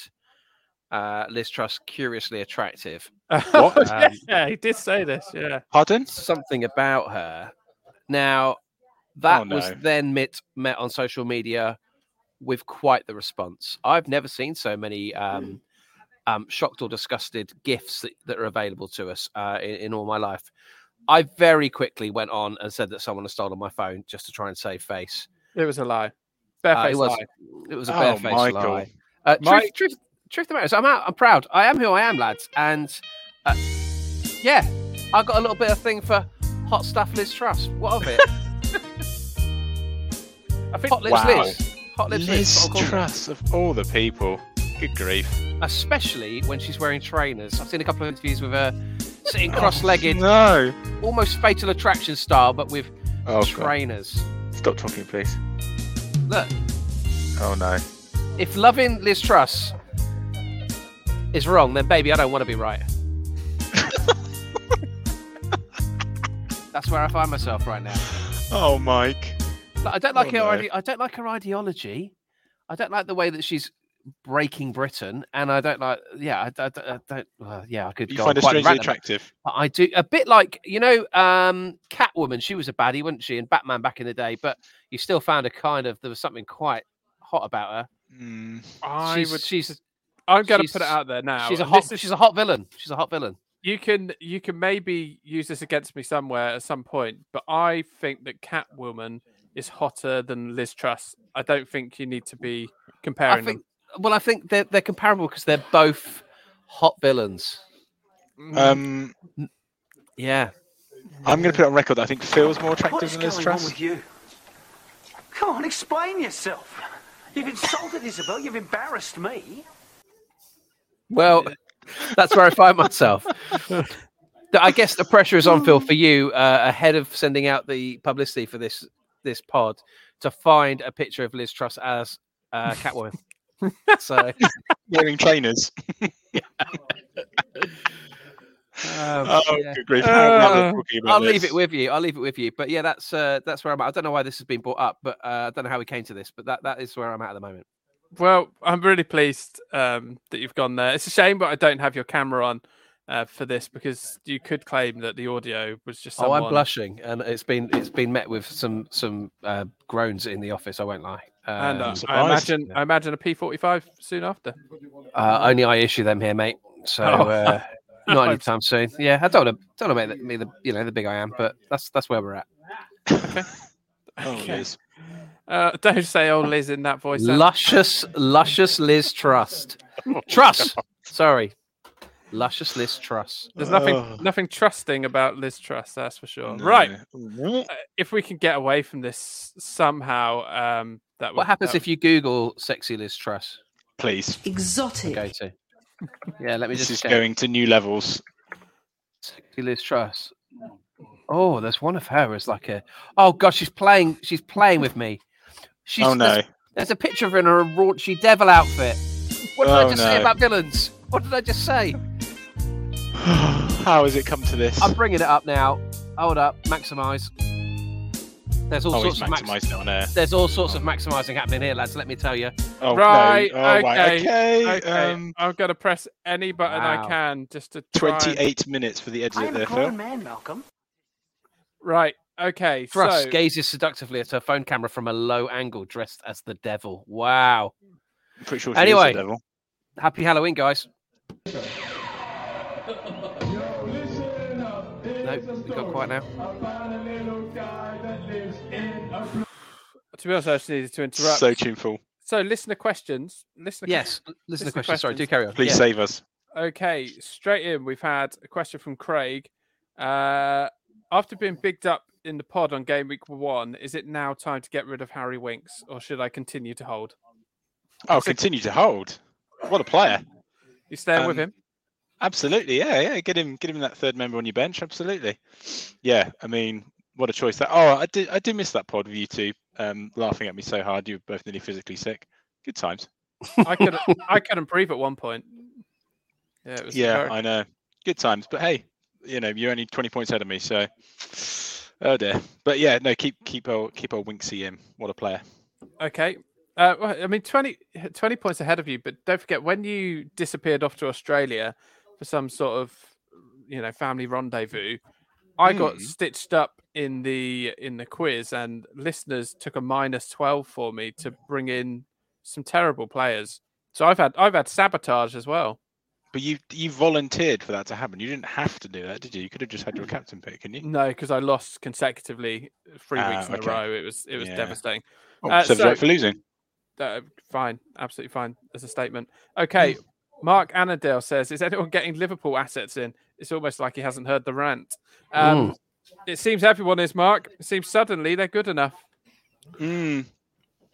S3: uh, Liz Truss curiously attractive.
S2: What?
S3: Um,
S1: yeah, he did say this. Yeah.
S2: Pardon?
S3: Something about her. Now, that
S2: Oh,
S3: was
S2: no.
S3: then met, met on social media with quite the response. I've never seen so many um, um, shocked or disgusted gifts that, that are available to us uh, in, in all my life. I very quickly went on and said that someone had stolen my phone just to try and save face.
S1: It was a lie.
S3: Uh,
S1: Barefaced
S3: it was
S1: lie.
S3: it was a
S2: Oh,
S3: barefaced
S2: Michael.
S3: lie. Uh,
S1: My-
S3: truth, truth, truth of the matter is, I'm out. I'm proud. I am who I am, lads. And uh, yeah, I got a little bit of thing for hot stuff, Liz Truss. What of it?
S1: I think
S3: Hot lips,
S2: Wow.
S3: Liz. Hot lips,
S2: Liz
S3: Liz. What I'll call her.
S2: Truss, of all the people. Good grief.
S3: Especially when she's wearing trainers. I've seen a couple of interviews with her sitting cross-legged,
S2: Oh, No.
S3: almost Fatal Attraction style, but with
S2: Oh, God.
S3: trainers.
S2: Stop talking, please.
S3: Look,
S2: Oh, no.
S3: if loving Liz Truss is wrong, then baby, I don't want to be right. That's where I find myself right now.
S2: Oh, Mike.
S3: Like, I don't like
S2: Oh,
S3: her.
S2: no.
S3: ide- I don't like her ideology. I don't like the way that she's breaking Britain, and I don't like. Yeah, I, don't- I don't. I don't well, yeah, I could.
S2: You
S3: go on
S2: find her
S3: quite a
S2: strangely
S3: rant about-
S2: attractive.
S3: but I do a bit like you know, um, Catwoman. She was a baddie, wasn't she? And Batman back in the day, but you still found a kind of there was something quite hot about her.
S2: Mm.
S1: I
S3: she's,
S1: would.
S3: she's
S1: I'm going to put it
S3: she's-
S1: out there now.
S3: she's a
S1: and
S3: hot.
S1: this is-
S3: she's a hot villain. She's a hot villain.
S1: you can you can maybe use this against me somewhere at some point, but I think that Catwoman is hotter than Liz Truss. I don't think you need to be
S3: I
S1: comparing
S3: think. Well, I think they're they're comparable because they're both hot villains.
S1: them.
S2: Um,
S3: Yeah.
S2: I'm going to put it on record. that I think Phil's more attractive than Liz Truss.
S7: you? Come on, explain yourself. You've insulted Isabel. You've embarrassed me.
S3: Well, that's where I find myself. Th- I guess the pressure is on Phil for you uh, ahead of sending out the publicity for this this pod to find a picture of Liz Truss as uh, Catwoman. so
S2: Wearing trainers. Oh,
S3: yeah.
S2: good grief. Now- now we're
S1: Uh,
S2: talking about
S3: um, I'll leave
S2: this.
S3: it with you. I'll leave it with you. But yeah, that's uh, that's where I'm at. I don't know why this has been brought up, but uh, I don't know how we came to this. But that, that is where I'm at at the moment.
S1: well, I'm really pleased um, that you've gone there. It's a shame, but I don't have your camera on uh, for this because you could claim that the audio was just. Someone...
S3: Oh, I'm blushing, and it's been it's been met with some some uh, groans in the office. I won't lie.
S1: And uh,
S3: Um,
S1: I
S2: surprised.
S1: imagine I imagine a P45 soon after.
S3: Uh, only I issue them here, mate. So
S1: Oh.
S3: uh, not anytime soon. Yeah, I don't want to don't want to make the, me the you know the big I am, but that's that's where we're at.
S2: Oh, Liz.
S1: Uh, don't say "Oh, Liz" in that voice. Andy.
S3: Luscious, luscious Liz Trust, Trust. Sorry, luscious Liz Trust.
S1: There's nothing
S2: Ugh.
S1: nothing trusting about Liz Truss, that's for sure. Right.
S2: No.
S1: uh, If we can get away from this somehow, um, that would,
S3: What
S2: uh,
S3: happens if you Google "sexy Liz Truss"?
S2: Please.
S6: Exotic.
S3: Go to. Yeah, let me
S2: This
S3: just
S2: is
S3: check.
S2: going to new levels.
S3: Sexy Liz Truss. Oh, there's one of her as like a. Oh gosh, she's playing. She's playing with me. She's,
S2: Oh,
S3: there's
S2: no.
S3: There's a picture of her in her raunchy devil outfit. What did I
S2: Oh,
S3: just say
S2: no.
S3: about villains? What did I just say?
S2: How has it come to this?
S3: I'm bringing it up now. Hold up, maximize. There's all
S2: Oh, he's
S3: sorts of max-
S2: maximised it on air.
S3: There's all sorts of maximizing happening here, lads. Let me tell you.
S2: Oh,
S1: Right,
S2: No. Oh, right.
S1: okay,
S2: Okay.
S1: okay,
S2: Um,
S1: I'm gonna press any button
S3: Wow.
S1: I can just to try and-
S2: 28 minutes for the
S7: I
S2: edit
S7: am a
S2: there,
S7: grown
S2: Phil.
S7: man, Malcolm.
S1: Right. Okay.
S3: Thrust
S1: so
S3: gazes seductively at her phone camera from a low angle, dressed as the devil. Wow.
S2: I'm pretty sure she
S3: Anyway.
S2: is the devil.
S3: Happy Halloween, guys. No, we got quiet now.
S1: to be honest, I just needed to interrupt.
S2: So
S1: So,
S2: tuneful.
S1: listener questions. Listener
S3: Yes, listen to
S1: Listener
S3: the question. Sorry, do
S1: questions.
S3: carry on.
S2: Please
S3: Yeah.
S2: save us.
S1: Okay, straight in. We've had a question from Craig. Uh, after being bigged up in the pod on game week one, is it now time to get rid of Harry Winks, or should I continue to hold?
S2: Oh, continue to hold. What a player.
S1: You staying with
S2: Um,
S1: him?
S2: Absolutely, yeah, yeah. Get him, get him that third member on your bench. Absolutely, yeah. I mean, what a choice that. Oh, I did, I did miss that pod with you two um, laughing at me so hard. You were both nearly physically sick. Good times.
S1: I could I couldn't breathe at one point. Yeah, it was
S2: yeah,
S1: very-
S2: I know. Good times. But hey, you know, you're only 20 points ahead of me. So, oh dear. But yeah, no, keep keep old keep old Winksy in. What a player.
S1: Okay. Uh, well, I mean, 20, 20 points ahead of you, but don't forget when you disappeared off to Australia for some sort of, you know, family rendezvous, I
S2: Hmm.
S1: got stitched up in the in the quiz, and listeners took a minus twelve for me to bring in some terrible players. So I've had I've had sabotage as well.
S2: But you you volunteered for that to happen. You didn't have to do that, did you? You could have just had your captain pick, couldn't you?
S1: No, because I lost consecutively three
S2: Ah,
S1: weeks in
S2: okay.
S1: a row. It was it was
S2: Yeah.
S1: devastating.
S2: Oh,
S1: Uh,
S2: serves
S1: so-
S2: right for losing.
S1: Uh, fine, absolutely fine as a statement. Okay,
S3: Mm.
S1: Mark Annandale says, "Is anyone getting Liverpool assets in?" It's almost like he hasn't heard the rant. Um,
S3: Mm.
S1: It seems everyone is. Mark. It seems suddenly they're good enough.
S2: Mm,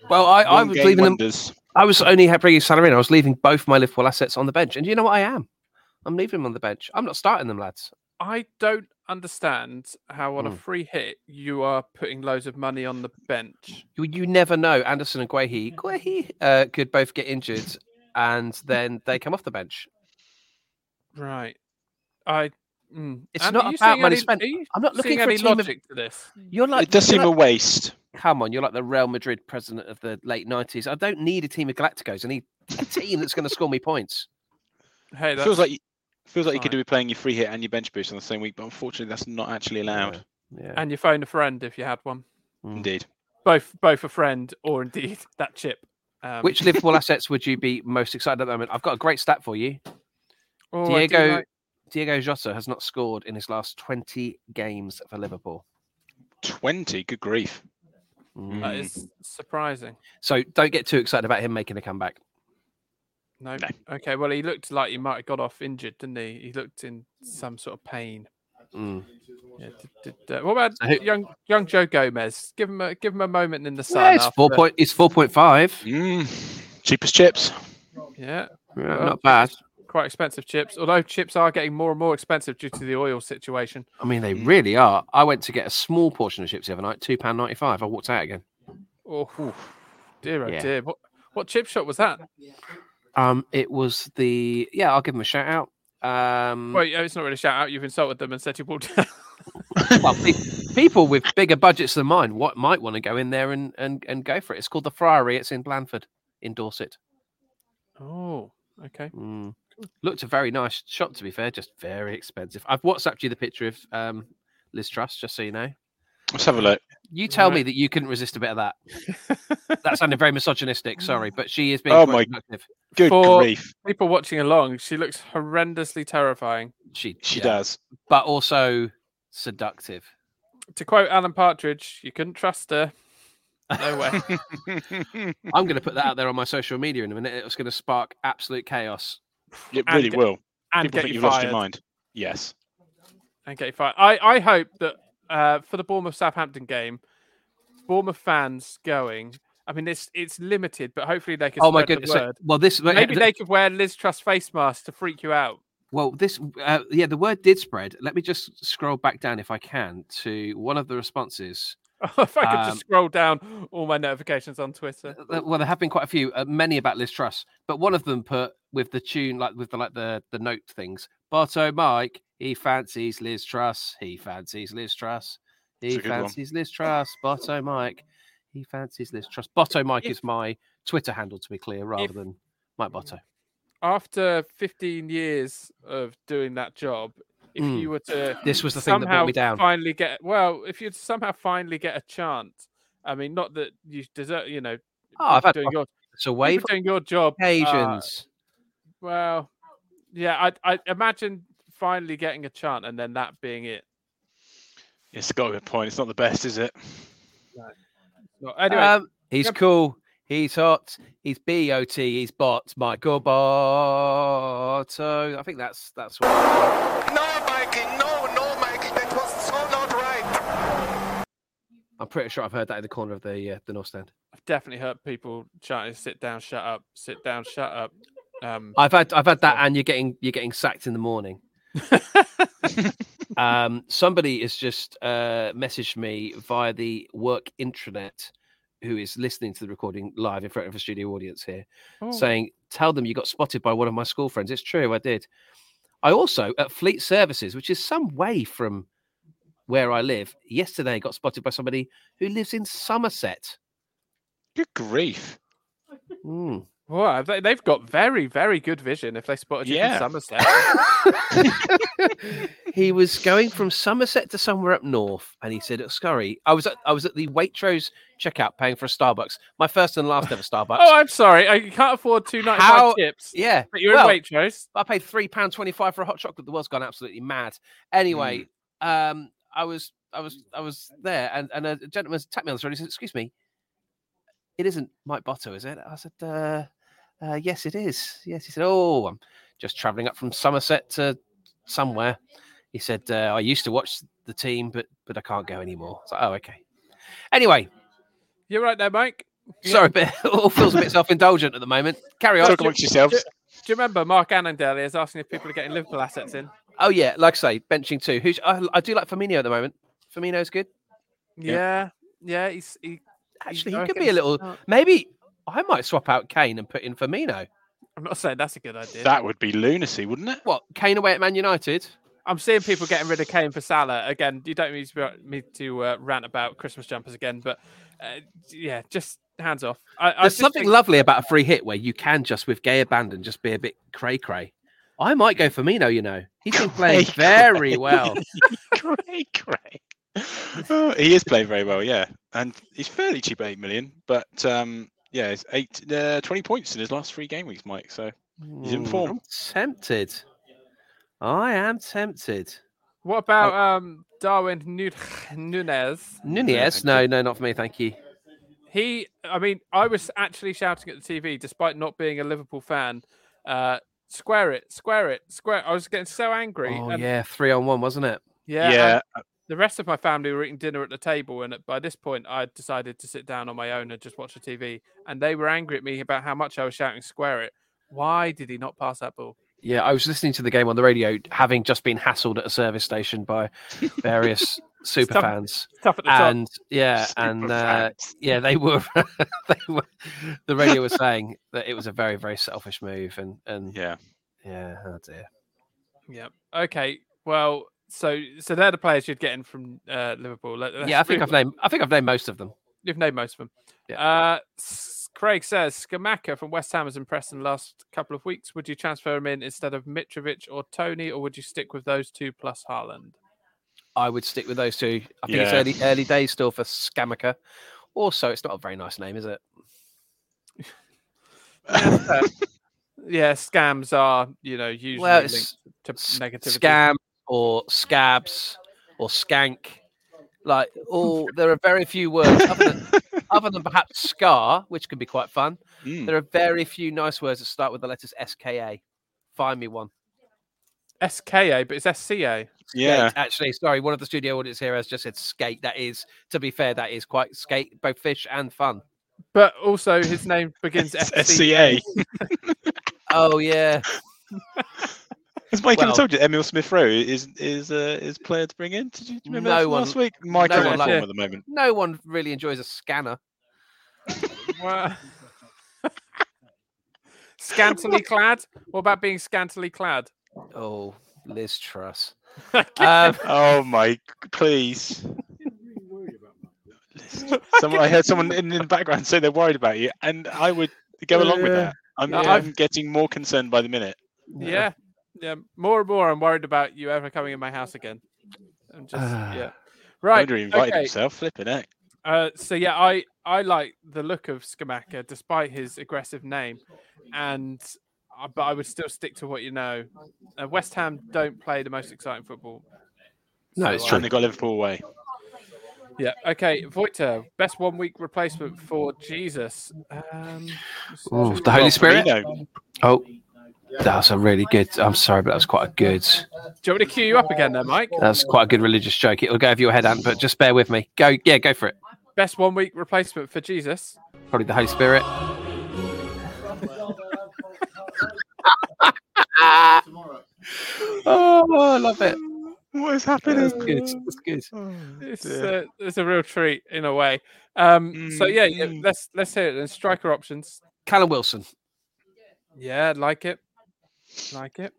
S3: Well, I, I
S2: one
S3: was
S2: game
S3: leaving them.
S2: wonders.
S3: I was only ha- bringing Salah in. I was leaving both my Liverpool assets on the bench, and you know what I am? I'm leaving them on the bench. I'm not starting them, lads.
S1: I don't understand how on a
S3: Hmm.
S1: free hit you are putting loads of money on the bench.
S3: You, you never know. Anderson and Guehi, Guehi uh, could both get injured, and then they come off the bench.
S1: Right. I. mm.
S3: It's
S1: Andy,
S3: not
S1: are you
S3: about
S1: seeing any-
S3: money spent.
S1: Are you
S3: I'm not looking
S1: seeing
S3: for a
S1: any
S3: team of-
S1: logic to this.
S3: You're like
S2: it does
S3: you're
S2: seem a
S3: like-
S2: waste.
S3: come on. You're like the Real Madrid president of the late '90s. I don't need a team of Galacticos. I need a team that's going to score me points.
S1: Hey, that's,
S2: feels like you, feels like you could
S1: fine.
S2: be playing your free hit and your bench boost on the same week, but unfortunately, that's not actually allowed.
S3: Yeah.
S1: and you phone a friend if you had one.
S2: Indeed.
S1: Both, both a friend or indeed that chip. Um,
S3: Which Liverpool assets would you be most excited at the moment? I've got a great stat for you.
S1: oh, I do
S3: Diego
S1: like-
S3: Diego Jota has not scored in his last 20 games for Liverpool.
S2: Twenty. Good grief.
S3: Mm.
S1: that is surprising.
S3: So don't get too excited about him making a comeback.
S1: No.
S2: No.
S1: Okay. Well, he looked like he might have got off injured, didn't he? He looked in some sort of pain.
S3: Mm.
S1: Yeah, did, did, uh, what about
S3: I hope-
S1: young young Joe Gomez? Give him a give him a moment in the sun.
S3: Yeah, it's four
S1: after-
S3: point. It's four point five.
S2: Mm, cheapest chips.
S1: Yeah,
S3: Yeah, not bad.
S1: quite expensive chips. Although chips are getting more and more expensive due to the oil situation.
S3: I mean, they really are. I went to get a small portion of chips the other night, two pound ninety five. I walked out again.
S1: Oh dear, oh
S3: Yeah.
S1: dear. What what chip shop was that?
S3: Um, it was the yeah. I'll give them a shout out. Um,
S1: Well, yeah, it's not really a shout out. You've insulted them and said you walked.
S3: well, pe- people with bigger budgets than mine what might want to go in there and, and, and go for it. It's called the Friary. It's in Blandford, in Dorset.
S1: oh, okay.
S3: Mm. Looked a very nice shop, to be fair. Just very expensive. I've WhatsApped you the picture of um, Liz Truss, just so you know.
S2: Let's have a look.
S3: You tell
S1: Right.
S3: me that you couldn't resist a bit of that. that sounded very misogynistic. Sorry, but she is being
S2: Oh
S3: quite
S2: my-
S3: productive.
S2: Good
S1: For-
S2: grief.
S1: People watching along, she looks horrendously terrifying.
S3: She
S2: She
S3: yeah,
S2: does.
S3: but also seductive.
S1: To quote Alan Partridge, you couldn't trust her. No way.
S3: I'm going to put that out there on my social media in a minute. It's going to spark absolute chaos.
S2: It really
S1: get-
S2: will.
S1: and
S2: People
S1: get
S2: think
S1: you
S2: you've lost
S1: fired.
S2: your mind. Yes.
S1: And get you fired. I I hope that uh, for the Bournemouth Southampton game, Bournemouth fans going. I mean, it's it's limited, but hopefully they can.
S3: oh my
S1: spread the
S3: goodness! so-
S1: word.
S3: well, this
S1: Maybe they could wear Liz Truss face masks to freak you out.
S3: Well, this, uh, yeah, the word did spread. Let me just scroll back down, if I can, to one of the responses.
S1: if I could
S3: Um,
S1: just scroll down all my notifications on Twitter.
S3: Uh, Well, there have been quite a few, uh, many about Liz Truss, but one of them put with the tune, like with the like the the note things. Barto Mike, he fancies Liz Truss. He fancies Liz Truss.
S2: It's
S3: He
S2: a good one.
S3: fancies Liz Truss. Barto Mike, he fancies Liz Truss. Barto Mike is my Twitter handle, to be clear, rather
S1: if-
S3: than Mike Barto.
S1: After 15 years of doing that job, if
S3: Mm.
S1: you were to
S3: This was the thing that
S1: somehow
S3: brought me down.
S1: finally get well, if you'd somehow finally get a chance, I mean, not that you deserve, you know,
S3: Oh, I've
S1: people
S3: had
S1: doing your
S3: it's a
S1: people
S3: wave
S1: doing your job are-
S3: occasions.
S1: well, yeah, I I imagine finally getting a chance and then that being it.
S2: It's got a good point. It's not the best, is it?
S1: Well, anyway,
S3: Um, he's
S1: Yep.
S3: cool. He's hot. He's bot. He's bot. Michael Barto. I think that's that's what.
S4: No, Mikey, no, no, Mikey, that was so not right.
S3: I'm pretty sure I've heard that in the corner of the uh, the north stand.
S1: I've definitely heard people shouting, "Sit down, shut up, sit down, shut up." Um,
S3: I've had I've had that, and you're getting you're getting sacked in the morning. um, somebody has just uh, messaged me via the work intranet, who is listening to the recording live in front of a studio audience here,
S1: oh,
S3: saying, "Tell them you got spotted by one of my school friends." It's true, I did. I also at Fleet Services, which is some way from where I live, yesterday got spotted by somebody who lives in Somerset.
S2: Good grief.
S3: Mm.
S1: Well, they, they've got very, very good vision if they spotted you
S2: Yeah.
S1: in Somerset.
S3: he was going from Somerset to somewhere up north, and he said, "Sorry, I was at, I was at the Waitrose checkout, paying for a Starbucks, my first and last ever Starbucks."
S1: oh, I'm sorry. I you can't afford two ninety
S3: How-
S1: five chips.
S3: yeah,
S1: But you're
S3: well,
S1: in Waitrose.
S3: I paid three pound twenty five for a hot chocolate. The world's gone absolutely mad. Anyway, um, I was I was I was there, and and a gentleman tapped me on the shoulder. He said, "Excuse me, it isn't Mike Botto, is it?" I said, uh, uh, "Yes, it is. Yes." He said, "Oh, I'm just travelling up from Somerset to somewhere." He said, uh, "I used to watch the team, but but I can't go anymore." I was like, "Oh, okay." Anyway,
S1: You're right there, Mike. Yeah.
S3: sorry, but it all feels a bit self indulgent at the moment. Carry on.
S2: Talk amongst yourselves.
S1: Do you remember Mark Annandale is asking if people are getting Liverpool assets in?
S3: Oh yeah, like I say, benching too. Who's I, I do like Firmino at the moment. Firmino's good.
S1: Yeah.
S2: Yeah.
S1: Yeah, he's he,
S3: Actually,
S1: I
S3: he could
S1: reckon
S3: be a
S1: he's-
S3: little. Maybe I might swap out Kane and put in Firmino.
S1: I'm not saying that's a good idea.
S2: That would be lunacy, wouldn't it?
S3: What Kane away at Man United?
S1: I'm seeing people getting rid of Kane for Salah again. You don't need to be- me to uh, rant about Christmas jumpers again, but uh, yeah, just hands off. I, I
S3: There's
S1: just
S3: something
S1: think-
S3: lovely about a free hit where you can just with gay abandon just be a bit cray cray. I might go Firmino. You know, he's been playing
S2: Cray-cray.
S3: very well.
S2: Cray, cray. Oh, he is playing very well, yeah. And he's fairly cheap at 8 million, but um, yeah, it's eight, uh, 20 points in his last three game weeks, Mike. So He's in
S3: Hmm,
S2: form.
S3: I'm tempted. I am tempted.
S1: What about
S3: Oh.
S1: um, Darwin Nu- Nunez?
S3: Nunez?
S2: thank
S3: No, no, not for me. Thank you.
S1: He, I mean, I was actually shouting at the TV despite not being a Liverpool fan. Uh, square it, square it, square. I was getting so angry.
S3: Oh
S1: and-
S3: yeah, three on one, wasn't it?
S1: yeah,
S2: yeah,
S1: and the rest of my family were eating dinner at the table, and by this point, I decided to sit down on my own and just watch the TV. And they were angry at me about how much I was shouting "square it." Why did he not pass that ball?
S3: Yeah, I was listening to the game on the radio, having just been hassled at a service station by various super
S1: Stop.
S3: fans,
S1: Tough at the top.
S3: and yeah, and uh, yeah, they were, they were. The radio was saying that it was a very, very selfish move, and and yeah,
S2: yeah.
S3: oh dear.
S1: Yeah. Okay. Well, so so they're the players you'd get in from uh, Liverpool. Let-
S3: yeah, I
S1: let's
S3: think
S1: move
S3: I've
S1: on.
S3: named, I think I've named most of them.
S1: you've named most of them.
S3: Yeah.
S1: Uh, S- Craig says Skamaka from West Ham has impressed in the last couple of weeks. Would you transfer him in instead of Mitrovic or Tony, or would you stick with those two plus Haaland?
S3: I would stick with those two. I think it's
S2: Yeah.
S3: early, early days still for Scamaca. Also, it's not a very nice name, is it?
S1: Yeah, scams are you know usually
S3: Well,
S1: linked
S3: it's
S1: to
S3: s-
S1: negativity.
S3: scam or scabs or skank. Like all, there are very few words other than, other than perhaps scar, which can be quite fun.
S2: Mm.
S3: There are very few nice words that start with the letters SKA. Find me one.
S1: SKA, but it's SCA.
S2: yeah.
S3: Skate, Actually, sorry, one of the studio audience here has just said skate. That is, to be fair, that is quite skate, both fish and fun.
S1: But also his name begins SCA.
S2: SCA.
S3: Oh yeah,
S2: As Mike kind
S3: Well-
S2: of told you, Emil Smith Rowe is is uh, is player to bring in. Did you, do you remember
S3: No
S2: that from
S3: one-
S2: last week? Mike
S3: no
S2: is
S3: one
S2: on
S1: likes
S2: form
S1: it.
S2: at the moment.
S3: no one really enjoys a scanner.
S1: Wha- scantily clad. What about being scantily clad?
S3: Oh, Liz Truss.
S1: Um,
S3: Um,
S2: Oh Mike, please. someone, I heard someone in, in the background say they're worried about you, and I would go along with
S3: Yeah.
S2: that. I'm,
S1: Yeah.
S2: I'm getting more concerned by the minute.
S1: yeah, yeah. More and more, I'm worried about you ever coming in my house again. I'm just yeah. Right.
S2: Wonder he invited
S1: okay.
S2: himself. Flipping it.
S1: Uh, so yeah, I I like the look of Skamaka despite his aggressive name, and uh, but I would still stick to what you know. Uh, West Ham don't play the most exciting football.
S3: No, it's
S1: I-
S3: True.
S2: And they got Liverpool away.
S1: Yeah. Okay, Voiter, best one week replacement for Jesus. Um,
S3: Ooh,
S1: Jesus-
S3: Oh, the Holy Spirit.
S2: Firmino.
S3: Oh, that was a really good. I'm sorry, but that was quite a good.
S1: Do you want me to queue you up again there, Mike?
S3: That's quite a good religious joke. It'll go over your head, Ant, but just bear with me. Go, yeah, go for it.
S1: Best one week replacement for Jesus.
S3: Probably the Holy Spirit.
S2: Ah.
S3: oh, I love it.
S2: What is
S3: That's
S2: happening? Oh,
S3: good. That's good.
S1: It's,
S2: dear.
S1: uh, it's a real treat in a way. Um, So yeah, yeah,
S2: Mm.
S1: let's let's hear it. Then striker options.
S3: Callum Wilson.
S1: Yeah, like it, like it.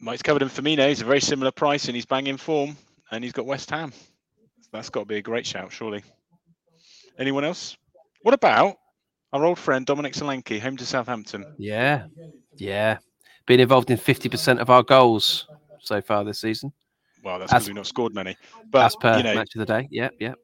S2: Mike's covered in Firmino. He's a very similar price, and he's banging form, and he's got West Ham. That's got to be a great shout, surely. Anyone else? What about our old friend Dominic Solanke, home to Southampton?
S3: Yeah. Yeah. Been involved in 50% of our goals so far this season.
S2: Well, that's because
S3: As-
S2: we've not scored many.
S3: As
S2: But
S3: per
S2: you know,
S3: match of the day. Yeah, yeah.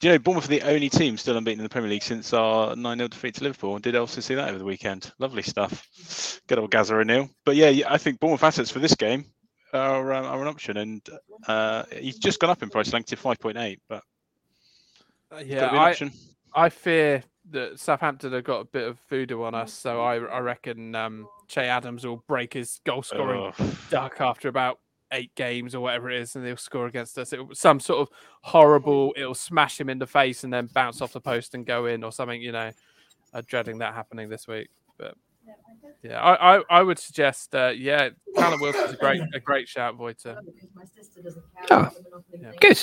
S2: do you know Bournemouth are the only team still unbeaten in the Premier League since our 9 0 defeat to Liverpool? Did also see that over the weekend. Lovely stuff. Good old Gazza O'Neill. But yeah, yeah, I think Bournemouth assets for this game are, uh, are an option, and uh, he's just gone up in price, linked to 5.8. But
S1: Uh, yeah,
S2: could be an
S1: I,
S2: option.
S1: I fear that Southampton have got a bit of voodoo on us, so I, I reckon um, Che Adams will break his goal scoring
S2: Oh.
S1: duck after about eight games or whatever it is, and they'll score against us. It, some sort of horrible, it'll smash him in the face and then bounce off the post and go in or something. You know, I'm dreading that happening this week. But yeah, I I, I would suggest, uh, yeah, Callum Wilson's a great a great shout, Voiter.
S3: Oh, good.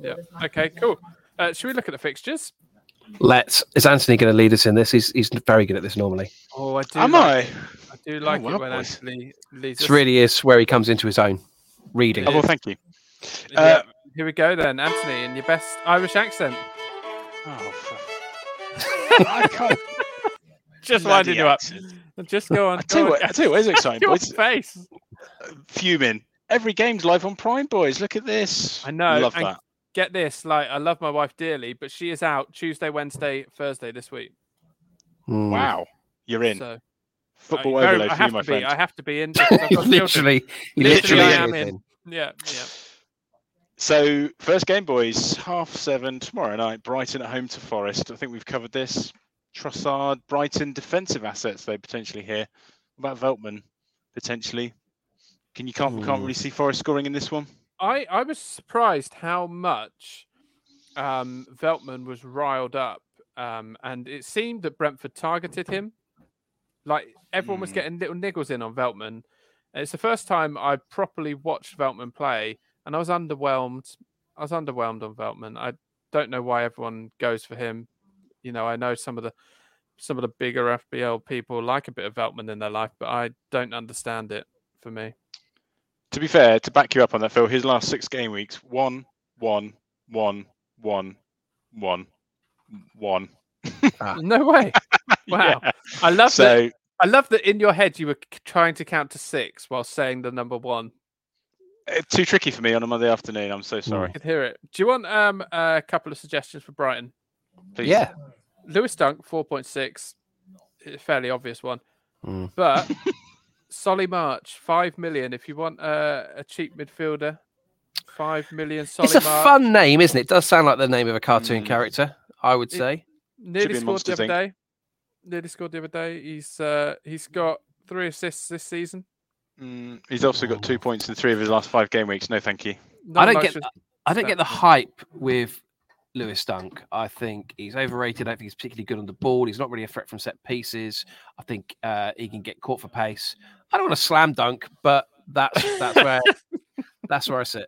S1: Yeah. Okay. Cool. Uh, should we look at the fixtures?
S3: Let's. Is Anthony going to lead us in this? He's, he's very good at this normally.
S1: Oh, I do.
S2: Am
S1: like,
S2: I? Oh,
S1: I do like
S2: well,
S1: it when
S2: boys.
S1: Anthony leads
S3: This
S1: us.
S3: really is where he comes into his own reading.
S2: Oh, well, thank you.
S1: Yeah,
S2: uh,
S1: Here we go then, Anthony, in your best Irish accent.
S2: Oh, fuck. I can't.
S1: Just
S2: bloody
S1: winding you up.
S2: accent.
S1: Just go on.
S2: I tell you
S1: go
S2: what,
S1: on,
S2: I tell you what is exciting,
S1: Your
S2: boys.
S1: face.
S2: Fuming. Every game's live on Prime, boys. Look at this.
S1: I know,
S2: Love
S1: and-
S2: that.
S1: get this like i love my wife dearly but she is out tuesday wednesday thursday this week
S3: Mm.
S2: Wow. You're in.
S1: so
S2: Football
S1: I, very-
S2: overload
S1: I
S2: for you,
S1: have
S2: my
S1: to be
S2: friend.
S1: i have to be in because I've
S3: He
S1: got children.
S3: literally, he
S1: Literally,
S3: literally,
S1: I am
S3: is
S1: in. yeah yeah
S2: So, first game, boys, half seven tomorrow night. Brighton at home to Forest. I think we've covered this. Trossard, Brighton defensive assets though potentially here. What about Veltman potentially? Can you can't we can't really see Forest scoring in this one?
S1: i i was surprised how much um veltman was riled up um and it seemed that brentford targeted him like everyone was
S2: Hmm.
S1: getting little niggles in on veltman And it's the first time i properly watched veltman play and i was underwhelmed i was underwhelmed on veltman i don't know why everyone goes for him you know, I know some of the some of the bigger FBL people like a bit of Veltman in their life, but I don't understand it for me.
S2: To be fair, to back you up on that, Phil, his last six game weeks, one, one, one, one, one, one.
S1: No way. Wow.
S2: Yeah.
S1: I love that
S2: So
S1: I love that in your head you were c- trying to count to 6 while saying the number 1.
S2: uh, too tricky for me on a Monday afternoon. I'm so sorry.
S1: I could hear it. Do you want um a couple of suggestions for Brighton?
S2: Please.
S3: Mm. Yeah.
S1: Lewis Dunk 4.6 a fairly obvious one.
S3: Mm.
S1: But Solly March 5 million if you want uh, a cheap midfielder. 5 million Solly
S3: It's a
S1: March.
S3: fun name, isn't it? It does sound like the name of a cartoon character, I would
S1: Hmm. It-
S3: say.
S1: Nearly
S2: be in
S1: scored
S2: Monsters,
S1: the other
S2: Inc.
S1: day. Nearly scored the other day. He's uh, he's got three assists this season.
S2: Mm, he's also got two points in three of his last five game weeks. No, thank you.
S1: No
S3: I don't get,
S1: luxury-
S3: I don't get the
S1: stats.
S3: hype with Lewis Dunk. I think he's overrated. I don't think he's particularly good on the ball. He's not really a threat from set pieces. I think uh, he can get caught for pace. I don't want to slam dunk, but that's that's where that's where I sit.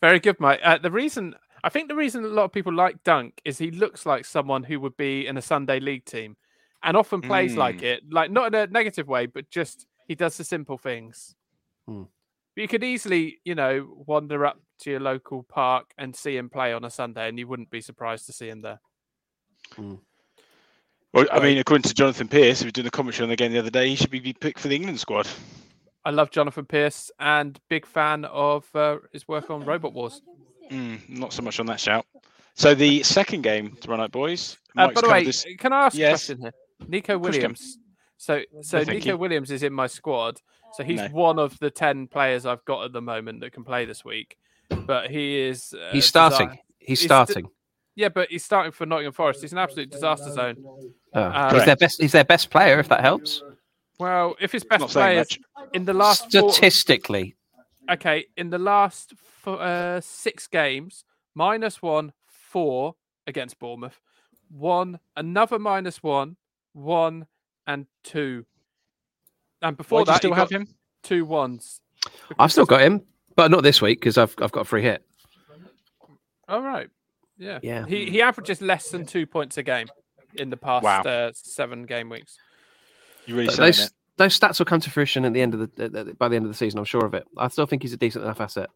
S1: Very good, mate. Uh, the reason I think the reason a lot of people like Dunk is he looks like someone who would be in a Sunday league team, and often plays like it, like not in a negative way, but just he does the simple things.
S3: Hmm.
S1: But you could easily, you know, wander up to your local park and see him play on a Sunday, and you wouldn't be surprised to see him there.
S2: Well, I mean, according to Jonathan Pierce, who was doing the commentary on the game the other day, he should be be picked for the England squad.
S1: I love Jonathan Pierce and big fan of uh, his work on Robot Wars.
S2: Mm, not so much on that shout. So the second game tomorrow night, boys.
S1: Uh,
S2: Mike's
S1: by the
S2: covered
S1: way,
S2: this-
S1: can I ask a
S2: Yes.
S1: question here? Nico
S2: course you can.
S1: Williams. So, so
S2: No, thank
S1: Nico
S2: you.
S1: Williams is in my squad. So he's
S2: No.
S1: one of the ten players I've got at the moment that can play this week. But he is. Uh,
S3: He's starting.
S1: desi-
S3: He's
S1: He's d-
S3: starting.
S1: yeah, but he's starting for Nottingham Forest. He's an absolute disaster zone.
S3: Oh,
S1: Uh,
S3: he's their best. He's their best player, if that helps.
S1: well, if his
S2: not
S1: best
S2: saying
S1: players
S2: much.
S1: in the last four-
S3: Statistically,
S1: okay, in the last f- uh, six games, minus one, four against Bournemouth, one, another minus one, one, and two. And before
S2: Why do you
S1: that, he
S2: still have
S1: got
S2: him?
S1: two ones.
S3: I've still got him, but not this week because I've I've got a free hit.
S1: All right. Yeah.
S3: Yeah.
S1: He he averages less than two points a game in the past
S2: Wow.
S1: uh, seven game weeks.
S2: You really
S3: But
S2: saying
S3: those
S2: it?
S3: those stats will come to fruition at the end of the, the, the by the end of the season. I'm sure of it. I still think he's a decent enough asset.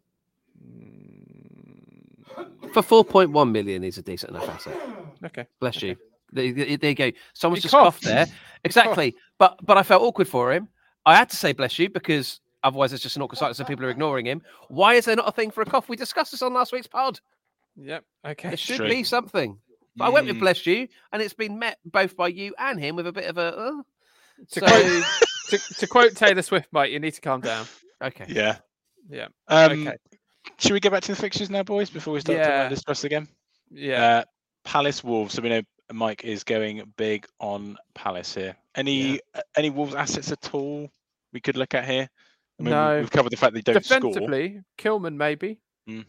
S2: Mm.
S3: For 4.1 million, he's a decent enough asset.
S1: Okay.
S3: Bless you. There, there there you go. Someone's
S1: He
S3: just coughed
S1: coughed.
S3: there. Exactly. But but I felt awkward for him. I had to say bless you because otherwise it's just an awkward silence and people are ignoring him. Why is there not a thing for a cough? We discussed this on last week's pod.
S1: Yep. Okay.
S3: There should
S2: true.
S3: be something. But I went with
S2: Mm.
S3: bless you, and it's been met both by you and him with a bit of a. Uh,
S1: To
S3: so
S1: quote- to, to quote Taylor Swift, mate, you need to calm down.
S3: okay.
S2: Yeah.
S1: Yeah.
S2: Um,
S1: Okay.
S2: Should we get back to the fixtures now, boys, before we start talking
S1: Yeah.
S2: about this rest again?
S1: Yeah.
S2: Uh, Palace Wolves. So we know Mike is going big on Palace here. Any uh, any Wolves assets at all we could look at here? I mean, we-
S1: No.
S2: We've covered the fact they don't score. I
S1: Defensively, Kilman maybe.
S2: mean,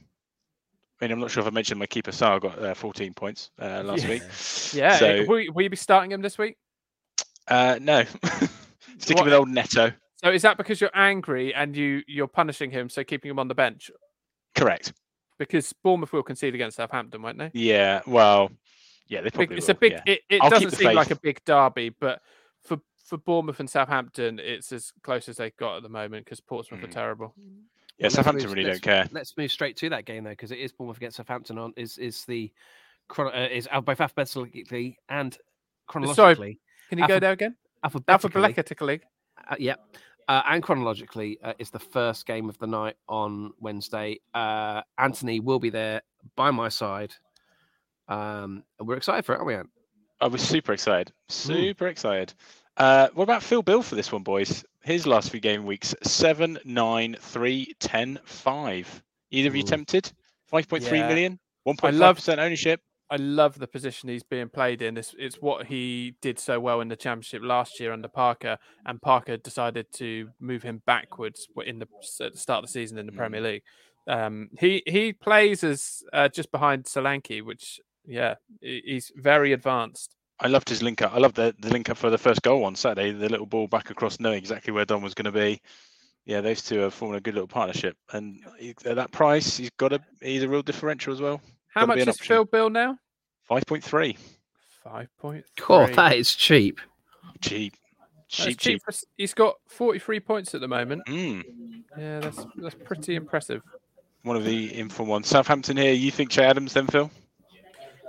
S2: I'm not sure if I mentioned my keeper Sar got uh, 14 points uh, last
S1: Yeah.
S2: week.
S1: Yeah.
S2: So
S1: it- will, you- will you be starting him this week?
S2: uh, no, sticking
S1: What-
S2: with old Neto.
S1: So is that because you're angry and you you're punishing him, so keeping him on the bench?
S2: Correct.
S1: Because Bournemouth will concede against Southampton, won't they?
S2: Yeah. Well. Yeah, they
S1: Big-
S2: probably
S1: it's
S2: will,
S1: a big.
S2: yeah.
S1: It, it
S2: I'll keep
S1: doesn't
S2: the
S1: seem like a
S2: faith.
S1: big derby, but for for Bournemouth and Southampton, it's as close as they've got at the moment because Portsmouth are
S2: Mm.
S1: terrible.
S2: Yeah,
S3: Let's
S2: Southampton
S3: move-
S2: really
S3: let's-
S2: don't care.
S3: Let's move straight to that game though, because it is Bournemouth against Southampton. On is is the chrono- uh, is al- both alphabetically and chronologically.
S1: Can you go
S3: Alpha-
S1: there again?
S3: Alphabetically,
S1: Alphabetically.
S3: uh, yep, uh, and chronologically uh, is the first game of the night on Wednesday. Uh, Anthony will be there by my side. Um, and we're excited for it, aren't we? Ant?
S2: I was super excited. Super excited. Uh, what about Phil Bill for this one, boys? His last few game weeks 7, 9, 3, 10, 5. Either of you
S3: Ooh.
S2: tempted? 5.3
S1: Yeah.
S2: million,
S1: I love-
S2: 1.5% ownership.
S1: I love the position he's being played in. It's, it's what he did so well in the championship last year under Parker, and Parker decided to move him backwards w- in the s- at the start of the season in the
S2: Mm.
S1: Premier League. Um, he he plays as uh, just behind Solanke, which yeah, he- he's very advanced.
S2: I loved his link up. I loved the, the link up for the first goal on Saturday, the little ball back across, knowing exactly where Don was going to be. Yeah, those two are forming a good little partnership. And he, at that price, he's got a he's a real differential as well.
S1: How
S2: Gotta be
S1: much
S2: an
S1: is
S2: option.
S1: Phil Bill now?
S2: 5.3.
S1: Five point.
S3: God, that is cheap.
S2: Cheap. Cheap, cheap.
S1: He's got forty three points at the moment.
S2: Mm.
S1: Yeah, that's that's pretty impressive.
S2: one of the informed ones. Southampton here. You think Che Adams then, Phil?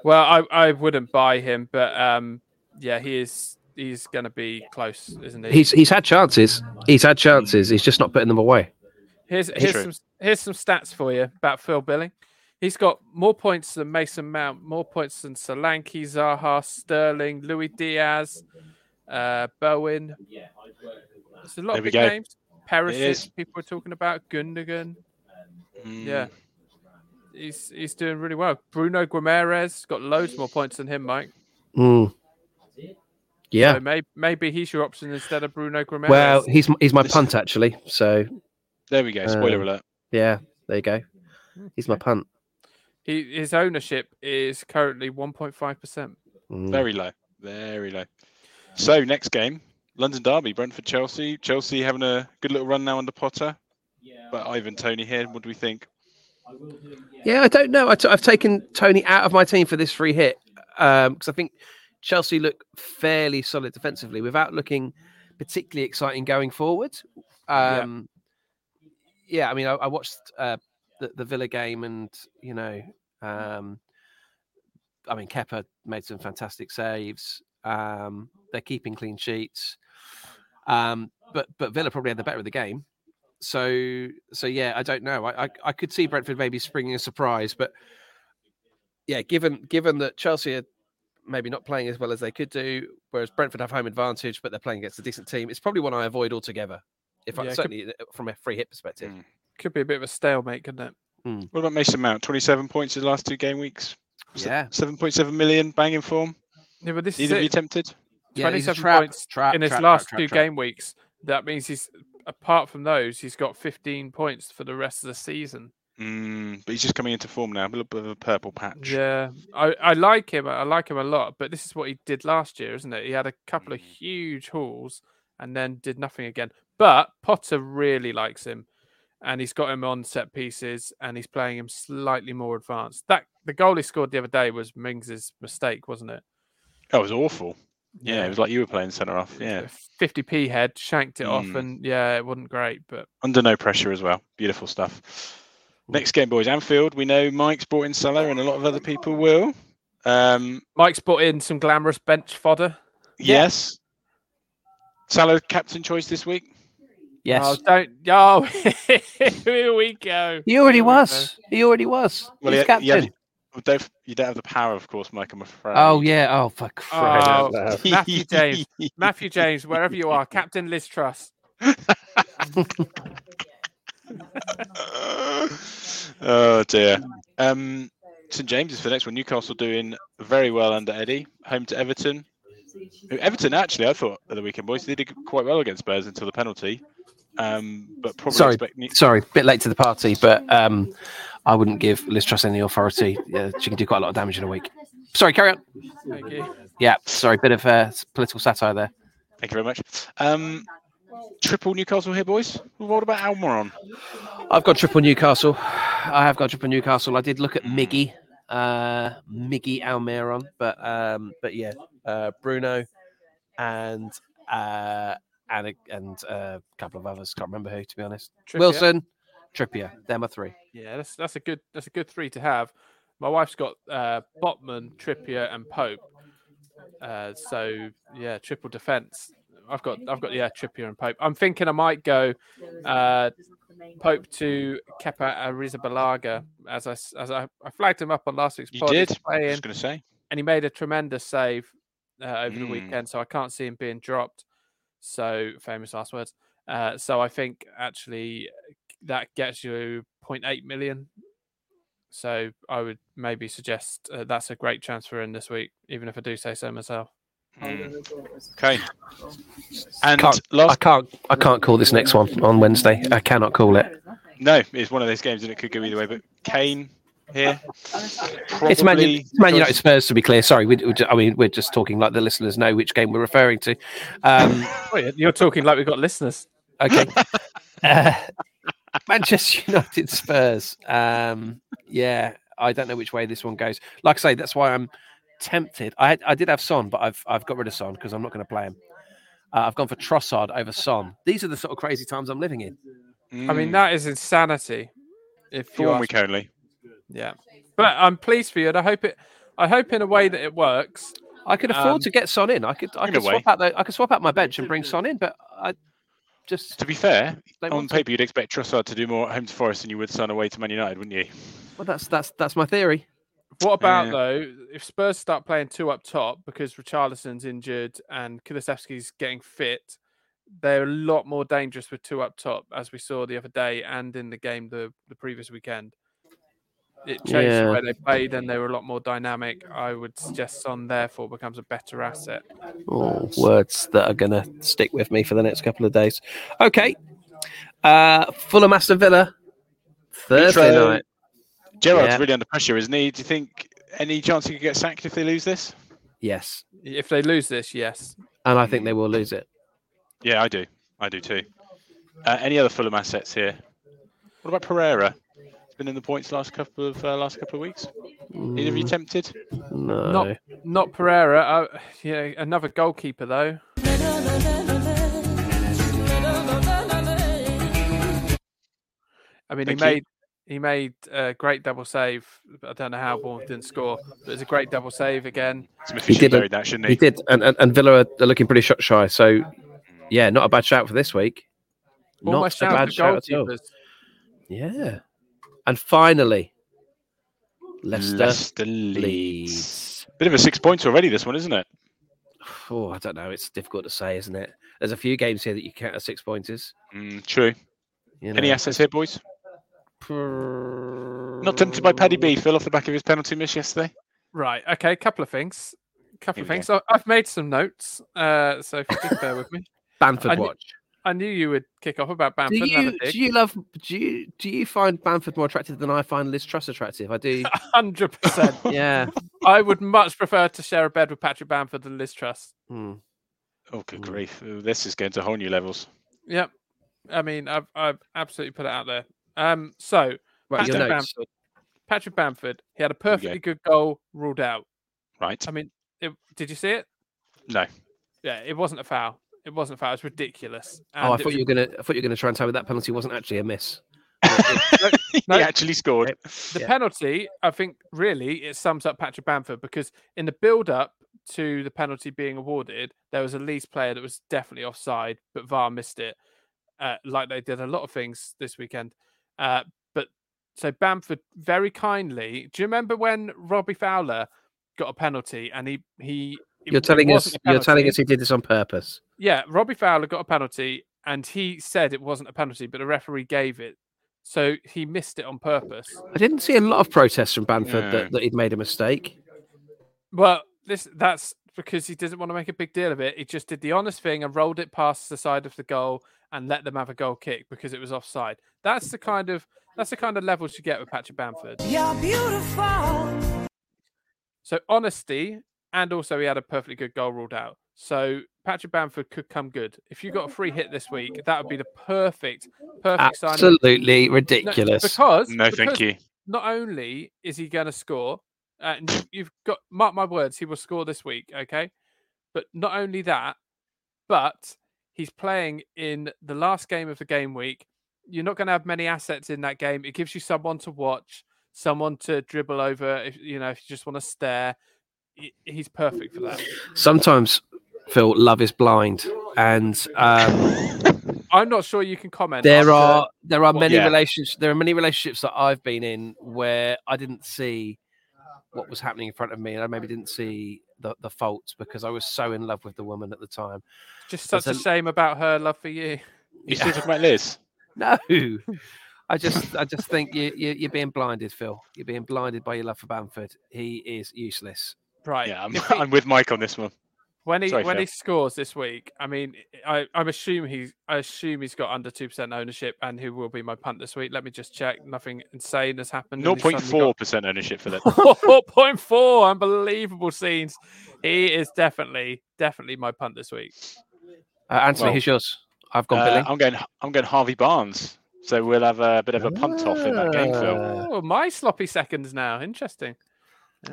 S1: Well, I, I wouldn't buy him, but um, yeah, he is he's going to be close, isn't he?
S3: He's he's had chances. He's had chances. He's just not putting them away.
S1: here's here's
S2: true.
S1: some here's some stats for you about Phil Billing. He's got more points than Mason Mount, more points than Solanke, Zaha, Sterling, Louis Diaz, uh, Bowen. There's a lot
S2: There
S1: of
S2: we
S1: big
S2: go.
S1: names. Perisic,
S2: is. Mm.
S1: people are talking about Gundogan. Yeah, he's he's doing really well. Bruno Guimaraes got loads more points than him, Mike.
S3: Mm. Yeah.
S1: So may, maybe he's your option instead of Bruno Guimaraes.
S3: Well, he's he's my
S2: This-
S3: punt actually. So
S2: There we go. Spoiler
S3: Um,
S2: alert.
S3: yeah, there you go. He's my punt.
S1: He, his ownership is currently 1.5%.
S3: Mm.
S2: Very low. Very low. So next game, London Derby, Brentford Chelsea. Chelsea having a good little run now under Potter. But Ivan Tony here. What do we think?
S3: Yeah, I don't know. I t- I've taken Tony out of my team for this free hit because I think Chelsea look fairly solid defensively without looking particularly exciting going forward.
S1: Yeah.
S3: Um, yeah. I mean, I, I watched uh, the, the Villa game, and you know,
S1: Mm.
S3: um, I mean, Kepper made some fantastic saves. Um, they're keeping clean sheets, um, but but Villa probably had the better of the game. So so yeah, I don't know. I, I I could see Brentford maybe springing a surprise, but yeah, given given that Chelsea are maybe not playing as well as they could do, whereas Brentford have home advantage, but they're playing against a decent team, it's probably one I avoid altogether. If
S1: Yeah,
S3: I,
S1: it could-
S3: certainly uh, from a free hit perspective,
S2: Mm.
S1: Could be a bit of a stalemate, couldn't it?
S2: What about Mason Mount? 27 points his last two game weeks. Se-
S3: Yeah.
S2: 7.7 million banging form.
S1: Yeah, but this is
S2: Either of you
S1: it.
S2: tempted?
S3: yeah, these are
S1: 27
S3: trap,
S1: points
S3: trap,
S1: in his
S3: trap, trap,
S1: last
S3: trap,
S1: two
S3: trap.
S1: game weeks. That means he's apart from those, he's got 15 points for the rest of the season.
S2: Mm, but he's just coming into form now. A little bit of a purple patch.
S1: Yeah, I, I like him. I like him a lot. But this is what he did last year, isn't it? He had a couple
S2: Mm.
S1: of huge hauls and then did nothing again. But Potter really likes him, and he's got him on set pieces, and he's playing him slightly more advanced. That the goal he scored the other day was Mings's mistake, wasn't it?
S2: That was awful. Yeah, it was like you were playing centre off. Yeah,
S1: 50p head, shanked it off,
S2: Mm.
S1: and yeah, it wasn't great, but
S2: under no pressure as well. Beautiful stuff. Next game, boys. Anfield. We know Mike's brought in Salah, and a lot of other people will. Um,
S1: Mike's brought in some glamorous bench fodder.
S2: yes. Salah captain choice this week.
S3: Yes.
S1: Oh, don't. Oh, here we go.
S3: he already was. He already was. He's
S2: he- he had-
S3: captain.
S2: well, don't, you don't have the power, of course, Mike. I'm afraid.
S3: oh yeah. Oh for crying out
S1: Oh.
S3: loud.
S1: Matthew James. Matthew James, wherever you are, Captain Liz Truss.
S2: oh dear. Um, St James is for the next one. Newcastle doing very well under Eddie. Home to Everton. Who- Everton actually, I thought at the weekend, boys, they did quite well against Spurs until the penalty. Um, but probably
S3: Sorry.
S2: expect New-
S3: Sorry, bit late to the party, but um, I wouldn't give Liz Truss any authority. Yeah, she can do quite a lot of damage in a week. Sorry, carry on.
S1: Thank you.
S3: Yeah, sorry, bit of uh, political satire there.
S2: Thank you very much. Um, triple Newcastle here, boys. What about Almiron?
S3: I've got triple Newcastle. I have got triple Newcastle. I did look at Miggy, uh, Miggy Almiron, but um, but yeah, uh, Bruno and uh, and a, and uh, a couple of others. Can't remember who to be honest.
S1: Trippier.
S3: Wilson, Trippier, them are three.
S1: Yeah, that's that's a good that's a good three to have. My wife's got uh, Botman, Trippier, and Pope. Uh, so yeah, triple defense. I've got I've got yeah Trippier and Pope. I'm thinking I might go uh, Pope to Kepa Arrizabalaga as I s- as I, I flagged him up on last week's
S2: You
S1: pod. He's
S2: did. I was
S1: playing,
S2: just going to say.
S1: and he made a tremendous save uh, over the
S2: Mm.
S1: weekend. So I can't see him being dropped. So famous last words. Uh, so I think actually uh, that gets you 0.8 million. So I would maybe suggest uh, that's a great transfer in this week, even if I do say so myself.
S3: Hmm.
S2: Okay. Hmm. And
S3: Can't- I
S2: last,
S3: can't I can't call this next one on Wednesday. I cannot call it.
S2: no, it's one of those games and it could go either way. But Kane here.
S3: It's Man,
S2: probably
S3: U- it's Man
S2: goes-
S3: United Spurs, to be clear. Sorry, we, we, ju- I mean we're just talking like the listeners know which game we're referring to. Um,
S1: Oh, you're talking like we've got listeners.
S3: okay, uh, Manchester United Spurs. Um, yeah, I don't know which way this one goes. Like I say, that's why I'm tempted. I had- I did have Son, but I've I've got rid of Son because I'm not going to play him. Uh, I've gone for Trossard over Son. These are the sort of crazy times I'm living in.
S1: I mean,
S2: Mm,
S1: that is insanity. If you
S2: for one
S1: ask
S2: week only.
S1: Yeah, but I'm pleased for you, and I hope it. I hope in a way that it works.
S3: I could afford
S1: Um,
S3: to get Son in. I could I
S2: in
S3: could
S2: a way.
S3: swap out the, I could swap out my bench and bring Son in, but I just
S2: To be fair,
S3: don't
S2: on
S3: want to.
S2: paper you'd expect Trossard to do more at home to Forest than you would Son away to Man United, wouldn't you?
S3: Well, that's that's that's my theory.
S1: What about
S2: Yeah.
S1: though if Spurs start playing two up top because Richarlison's injured and Kulisevsky's getting fit? They're a lot more dangerous with two up top, as we saw the other day and in the game the, the previous weekend. It changed
S3: Yeah.
S1: the way they played and they were a lot more dynamic. I would suggest Son therefore becomes a better asset.
S3: Oh, words that are going to stick with me for the next couple of days. Okay. Uh, Fulham Aston Villa Thursday
S2: Intro.
S3: night.
S2: Gerard's
S3: Yeah.
S2: really under pressure, isn't he? Do you think any chance he could get sacked if they lose this?
S3: Yes,
S1: If they lose this, yes.
S3: and I think they will lose it.
S2: Yeah, I do. I do too. Uh, any other Fulham assets here? What about Pereira? He's been in the points last couple of uh, last couple of weeks. Either
S3: Mm.
S2: of you tempted?
S3: No.
S1: Not not Pereira. Uh, yeah, another goalkeeper though. I mean,
S2: Thank
S1: he
S2: you.
S1: made he made a great double save. but I don't know how Bournemouth didn't score, but it's a great double save again.
S2: Smith should
S3: did a-
S2: buried that, shouldn't
S3: He
S2: he?
S3: did, and, and, and Villa are- are looking pretty shot shy. So,
S2: Mm.
S3: yeah, not a bad shout for this week.
S1: Almost
S3: not a
S1: down
S3: bad
S1: to
S3: shout at all.
S1: goalkeepers.
S3: Yeah. And finally, Leicester,
S2: Leicester Leeds.
S3: Leeds.
S2: Bit of a six points already, this one, isn't it?
S3: Oh, I don't know. It's difficult to say, isn't it? There's a few games here that you count as six pointers.
S2: Mm, true.
S3: You know.
S2: Any assets here, boys? Not tempted by Paddy
S3: Mm.
S2: B. Phil off the back of his penalty miss yesterday.
S1: Right. Okay. couple of things. couple of
S2: Here we
S1: things. I, I've made some notes, uh, so if you could bear with me. I
S3: Banford
S1: knew-
S3: watch.
S1: I knew you would kick off about Bamford.
S3: Do
S1: and have a
S3: you
S1: dig.
S3: do you love do you do you find Banford more attractive than I find Liz Truss attractive? I do.
S1: Hundred percent.
S3: yeah.
S1: I would much prefer to share a bed with Patrick Bamford than Liz Truss.
S3: Hmm.
S2: Oh, good
S3: Mm.
S2: grief! Ooh, This is going to whole new levels.
S1: Yep. I mean, I've I've absolutely put it out there. Um. So
S3: Right,
S1: Patrick
S3: your notes. Oh,
S1: Bamford. Patrick Bamford. He had a perfectly good goal ruled out.
S2: Right?
S1: I mean, it, did you see it?
S2: No.
S1: yeah, it wasn't a foul. It wasn't a foul. It's ridiculous.
S3: Oh,
S1: And
S3: I
S1: it
S3: thought
S1: was-
S3: you were gonna. I thought you were gonna try and tell me that penalty wasn't actually a miss.
S1: No.
S2: he actually scored.
S1: The
S3: Yeah.
S1: penalty, I think, really it sums up Patrick Bamford because in the build-up to the penalty being awarded, there was a Leeds player that was definitely offside, but VAR missed it, uh, like they did a lot of things this weekend. Uh, but so Bamford very kindly. Do you remember when Robbie Fowler got a penalty and he he? it-
S3: You're
S1: it
S3: telling us.
S1: wasn't a
S3: You're telling
S1: penalty?
S3: us he did this on purpose.
S1: Yeah, Robbie Fowler got a penalty and he said it wasn't a penalty, but the referee gave it. So he missed it on purpose.
S3: I didn't see a lot of protests from Banford
S2: No.
S3: that, that he'd made a mistake.
S1: Well, this that's because he didn't want to make a big deal of it. He just did the honest thing and rolled it past the side of the goal and let them have a goal kick because it was offside. That's the kind of that's the kind of levels you get with Patrick Bamford.
S8: You're beautiful.
S1: So honesty, and also he had a perfectly good goal ruled out. So Patrick Bamford could come good. If you got a free hit this week, that would be the perfect, perfect sign. of-
S3: Absolutely
S1: No,
S3: ridiculous.
S1: because
S2: No, thank
S1: because
S2: you.
S1: not only is he going to score, and you- you've got mark my words, he will score this week, okay? But not only that, but he's playing in the last game of the game week. You're not going to have many assets in that game. It gives you someone to watch, someone to dribble over. If you know, if you just want to stare, He- he's perfect for that.
S3: Sometimes Phil, love is blind, and um,
S1: I'm not sure you can comment.
S3: there
S1: after-
S3: are there are many
S2: Yeah.
S3: relationships. There are many relationships that I've been in where I didn't see what was happening in front of me, and I maybe didn't see the the faults because I was so in love with the woman at the time.
S1: just such a
S3: there's a-
S1: shame about her love for you.
S2: You still talking about Liz?
S3: No, I just I just think you, you you're being blinded, Phil. You're being blinded by your love for Bamford. He is useless.
S1: Right.
S2: Yeah, I'm,
S1: if he-
S2: I'm with Mike on this one.
S1: When he
S2: Sorry,
S1: when
S2: Phil.
S1: he scores this week, I mean, I I'm assume he's I assume he's got under two percent ownership, and who will be my punt this week? Let me just check. Nothing insane has happened.
S2: Zero point four percent ownership for that.
S1: Four point four, unbelievable scenes. He is definitely definitely my punt this week.
S3: Uh, Anthony,
S2: Well,
S3: who's yours? I've gone
S2: Uh,
S3: Billy.
S2: I'm going. I'm going Harvey Barnes. So we'll have a bit of a punt off in that game, Phil.
S3: Uh,
S1: Oh, my sloppy seconds now. Interesting.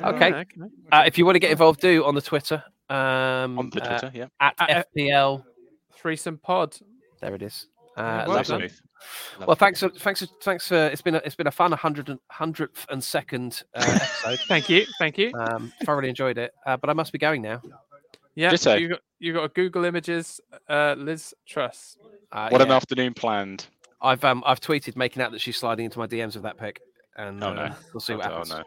S3: Okay.
S1: Ah,
S3: Uh, if you want to get involved, do on the Twitter. Um,
S2: On the
S3: uh,
S2: Twitter, yeah.
S3: at
S1: Uh, uh,
S3: FPL.
S1: Threesome pod.
S3: There it is.
S1: Yeah,
S3: Uh,
S1: well
S2: Nice
S3: lovely.
S1: done.
S2: smooth.
S3: well, thanks, for, thanks, for, thanks. For, it's been a, it's been a fun 100 hundredth and second uh, episode.
S1: Thank you. Thank you.
S3: um, thoroughly enjoyed it, uh, but I must be going now.
S1: Yeah.
S2: just so.
S1: You got, you got a Google Images, uh, Liz Truss.
S3: Uh,
S2: What an
S3: yeah.
S2: afternoon planned.
S3: I've um, I've tweeted making out that she's sliding into my DMs with that pic, and
S2: Oh, no.
S3: uh, we'll see what
S2: oh
S3: happens.
S2: no.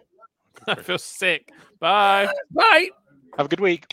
S1: I feel sick. Bye.
S3: Bye.
S2: Have a good week.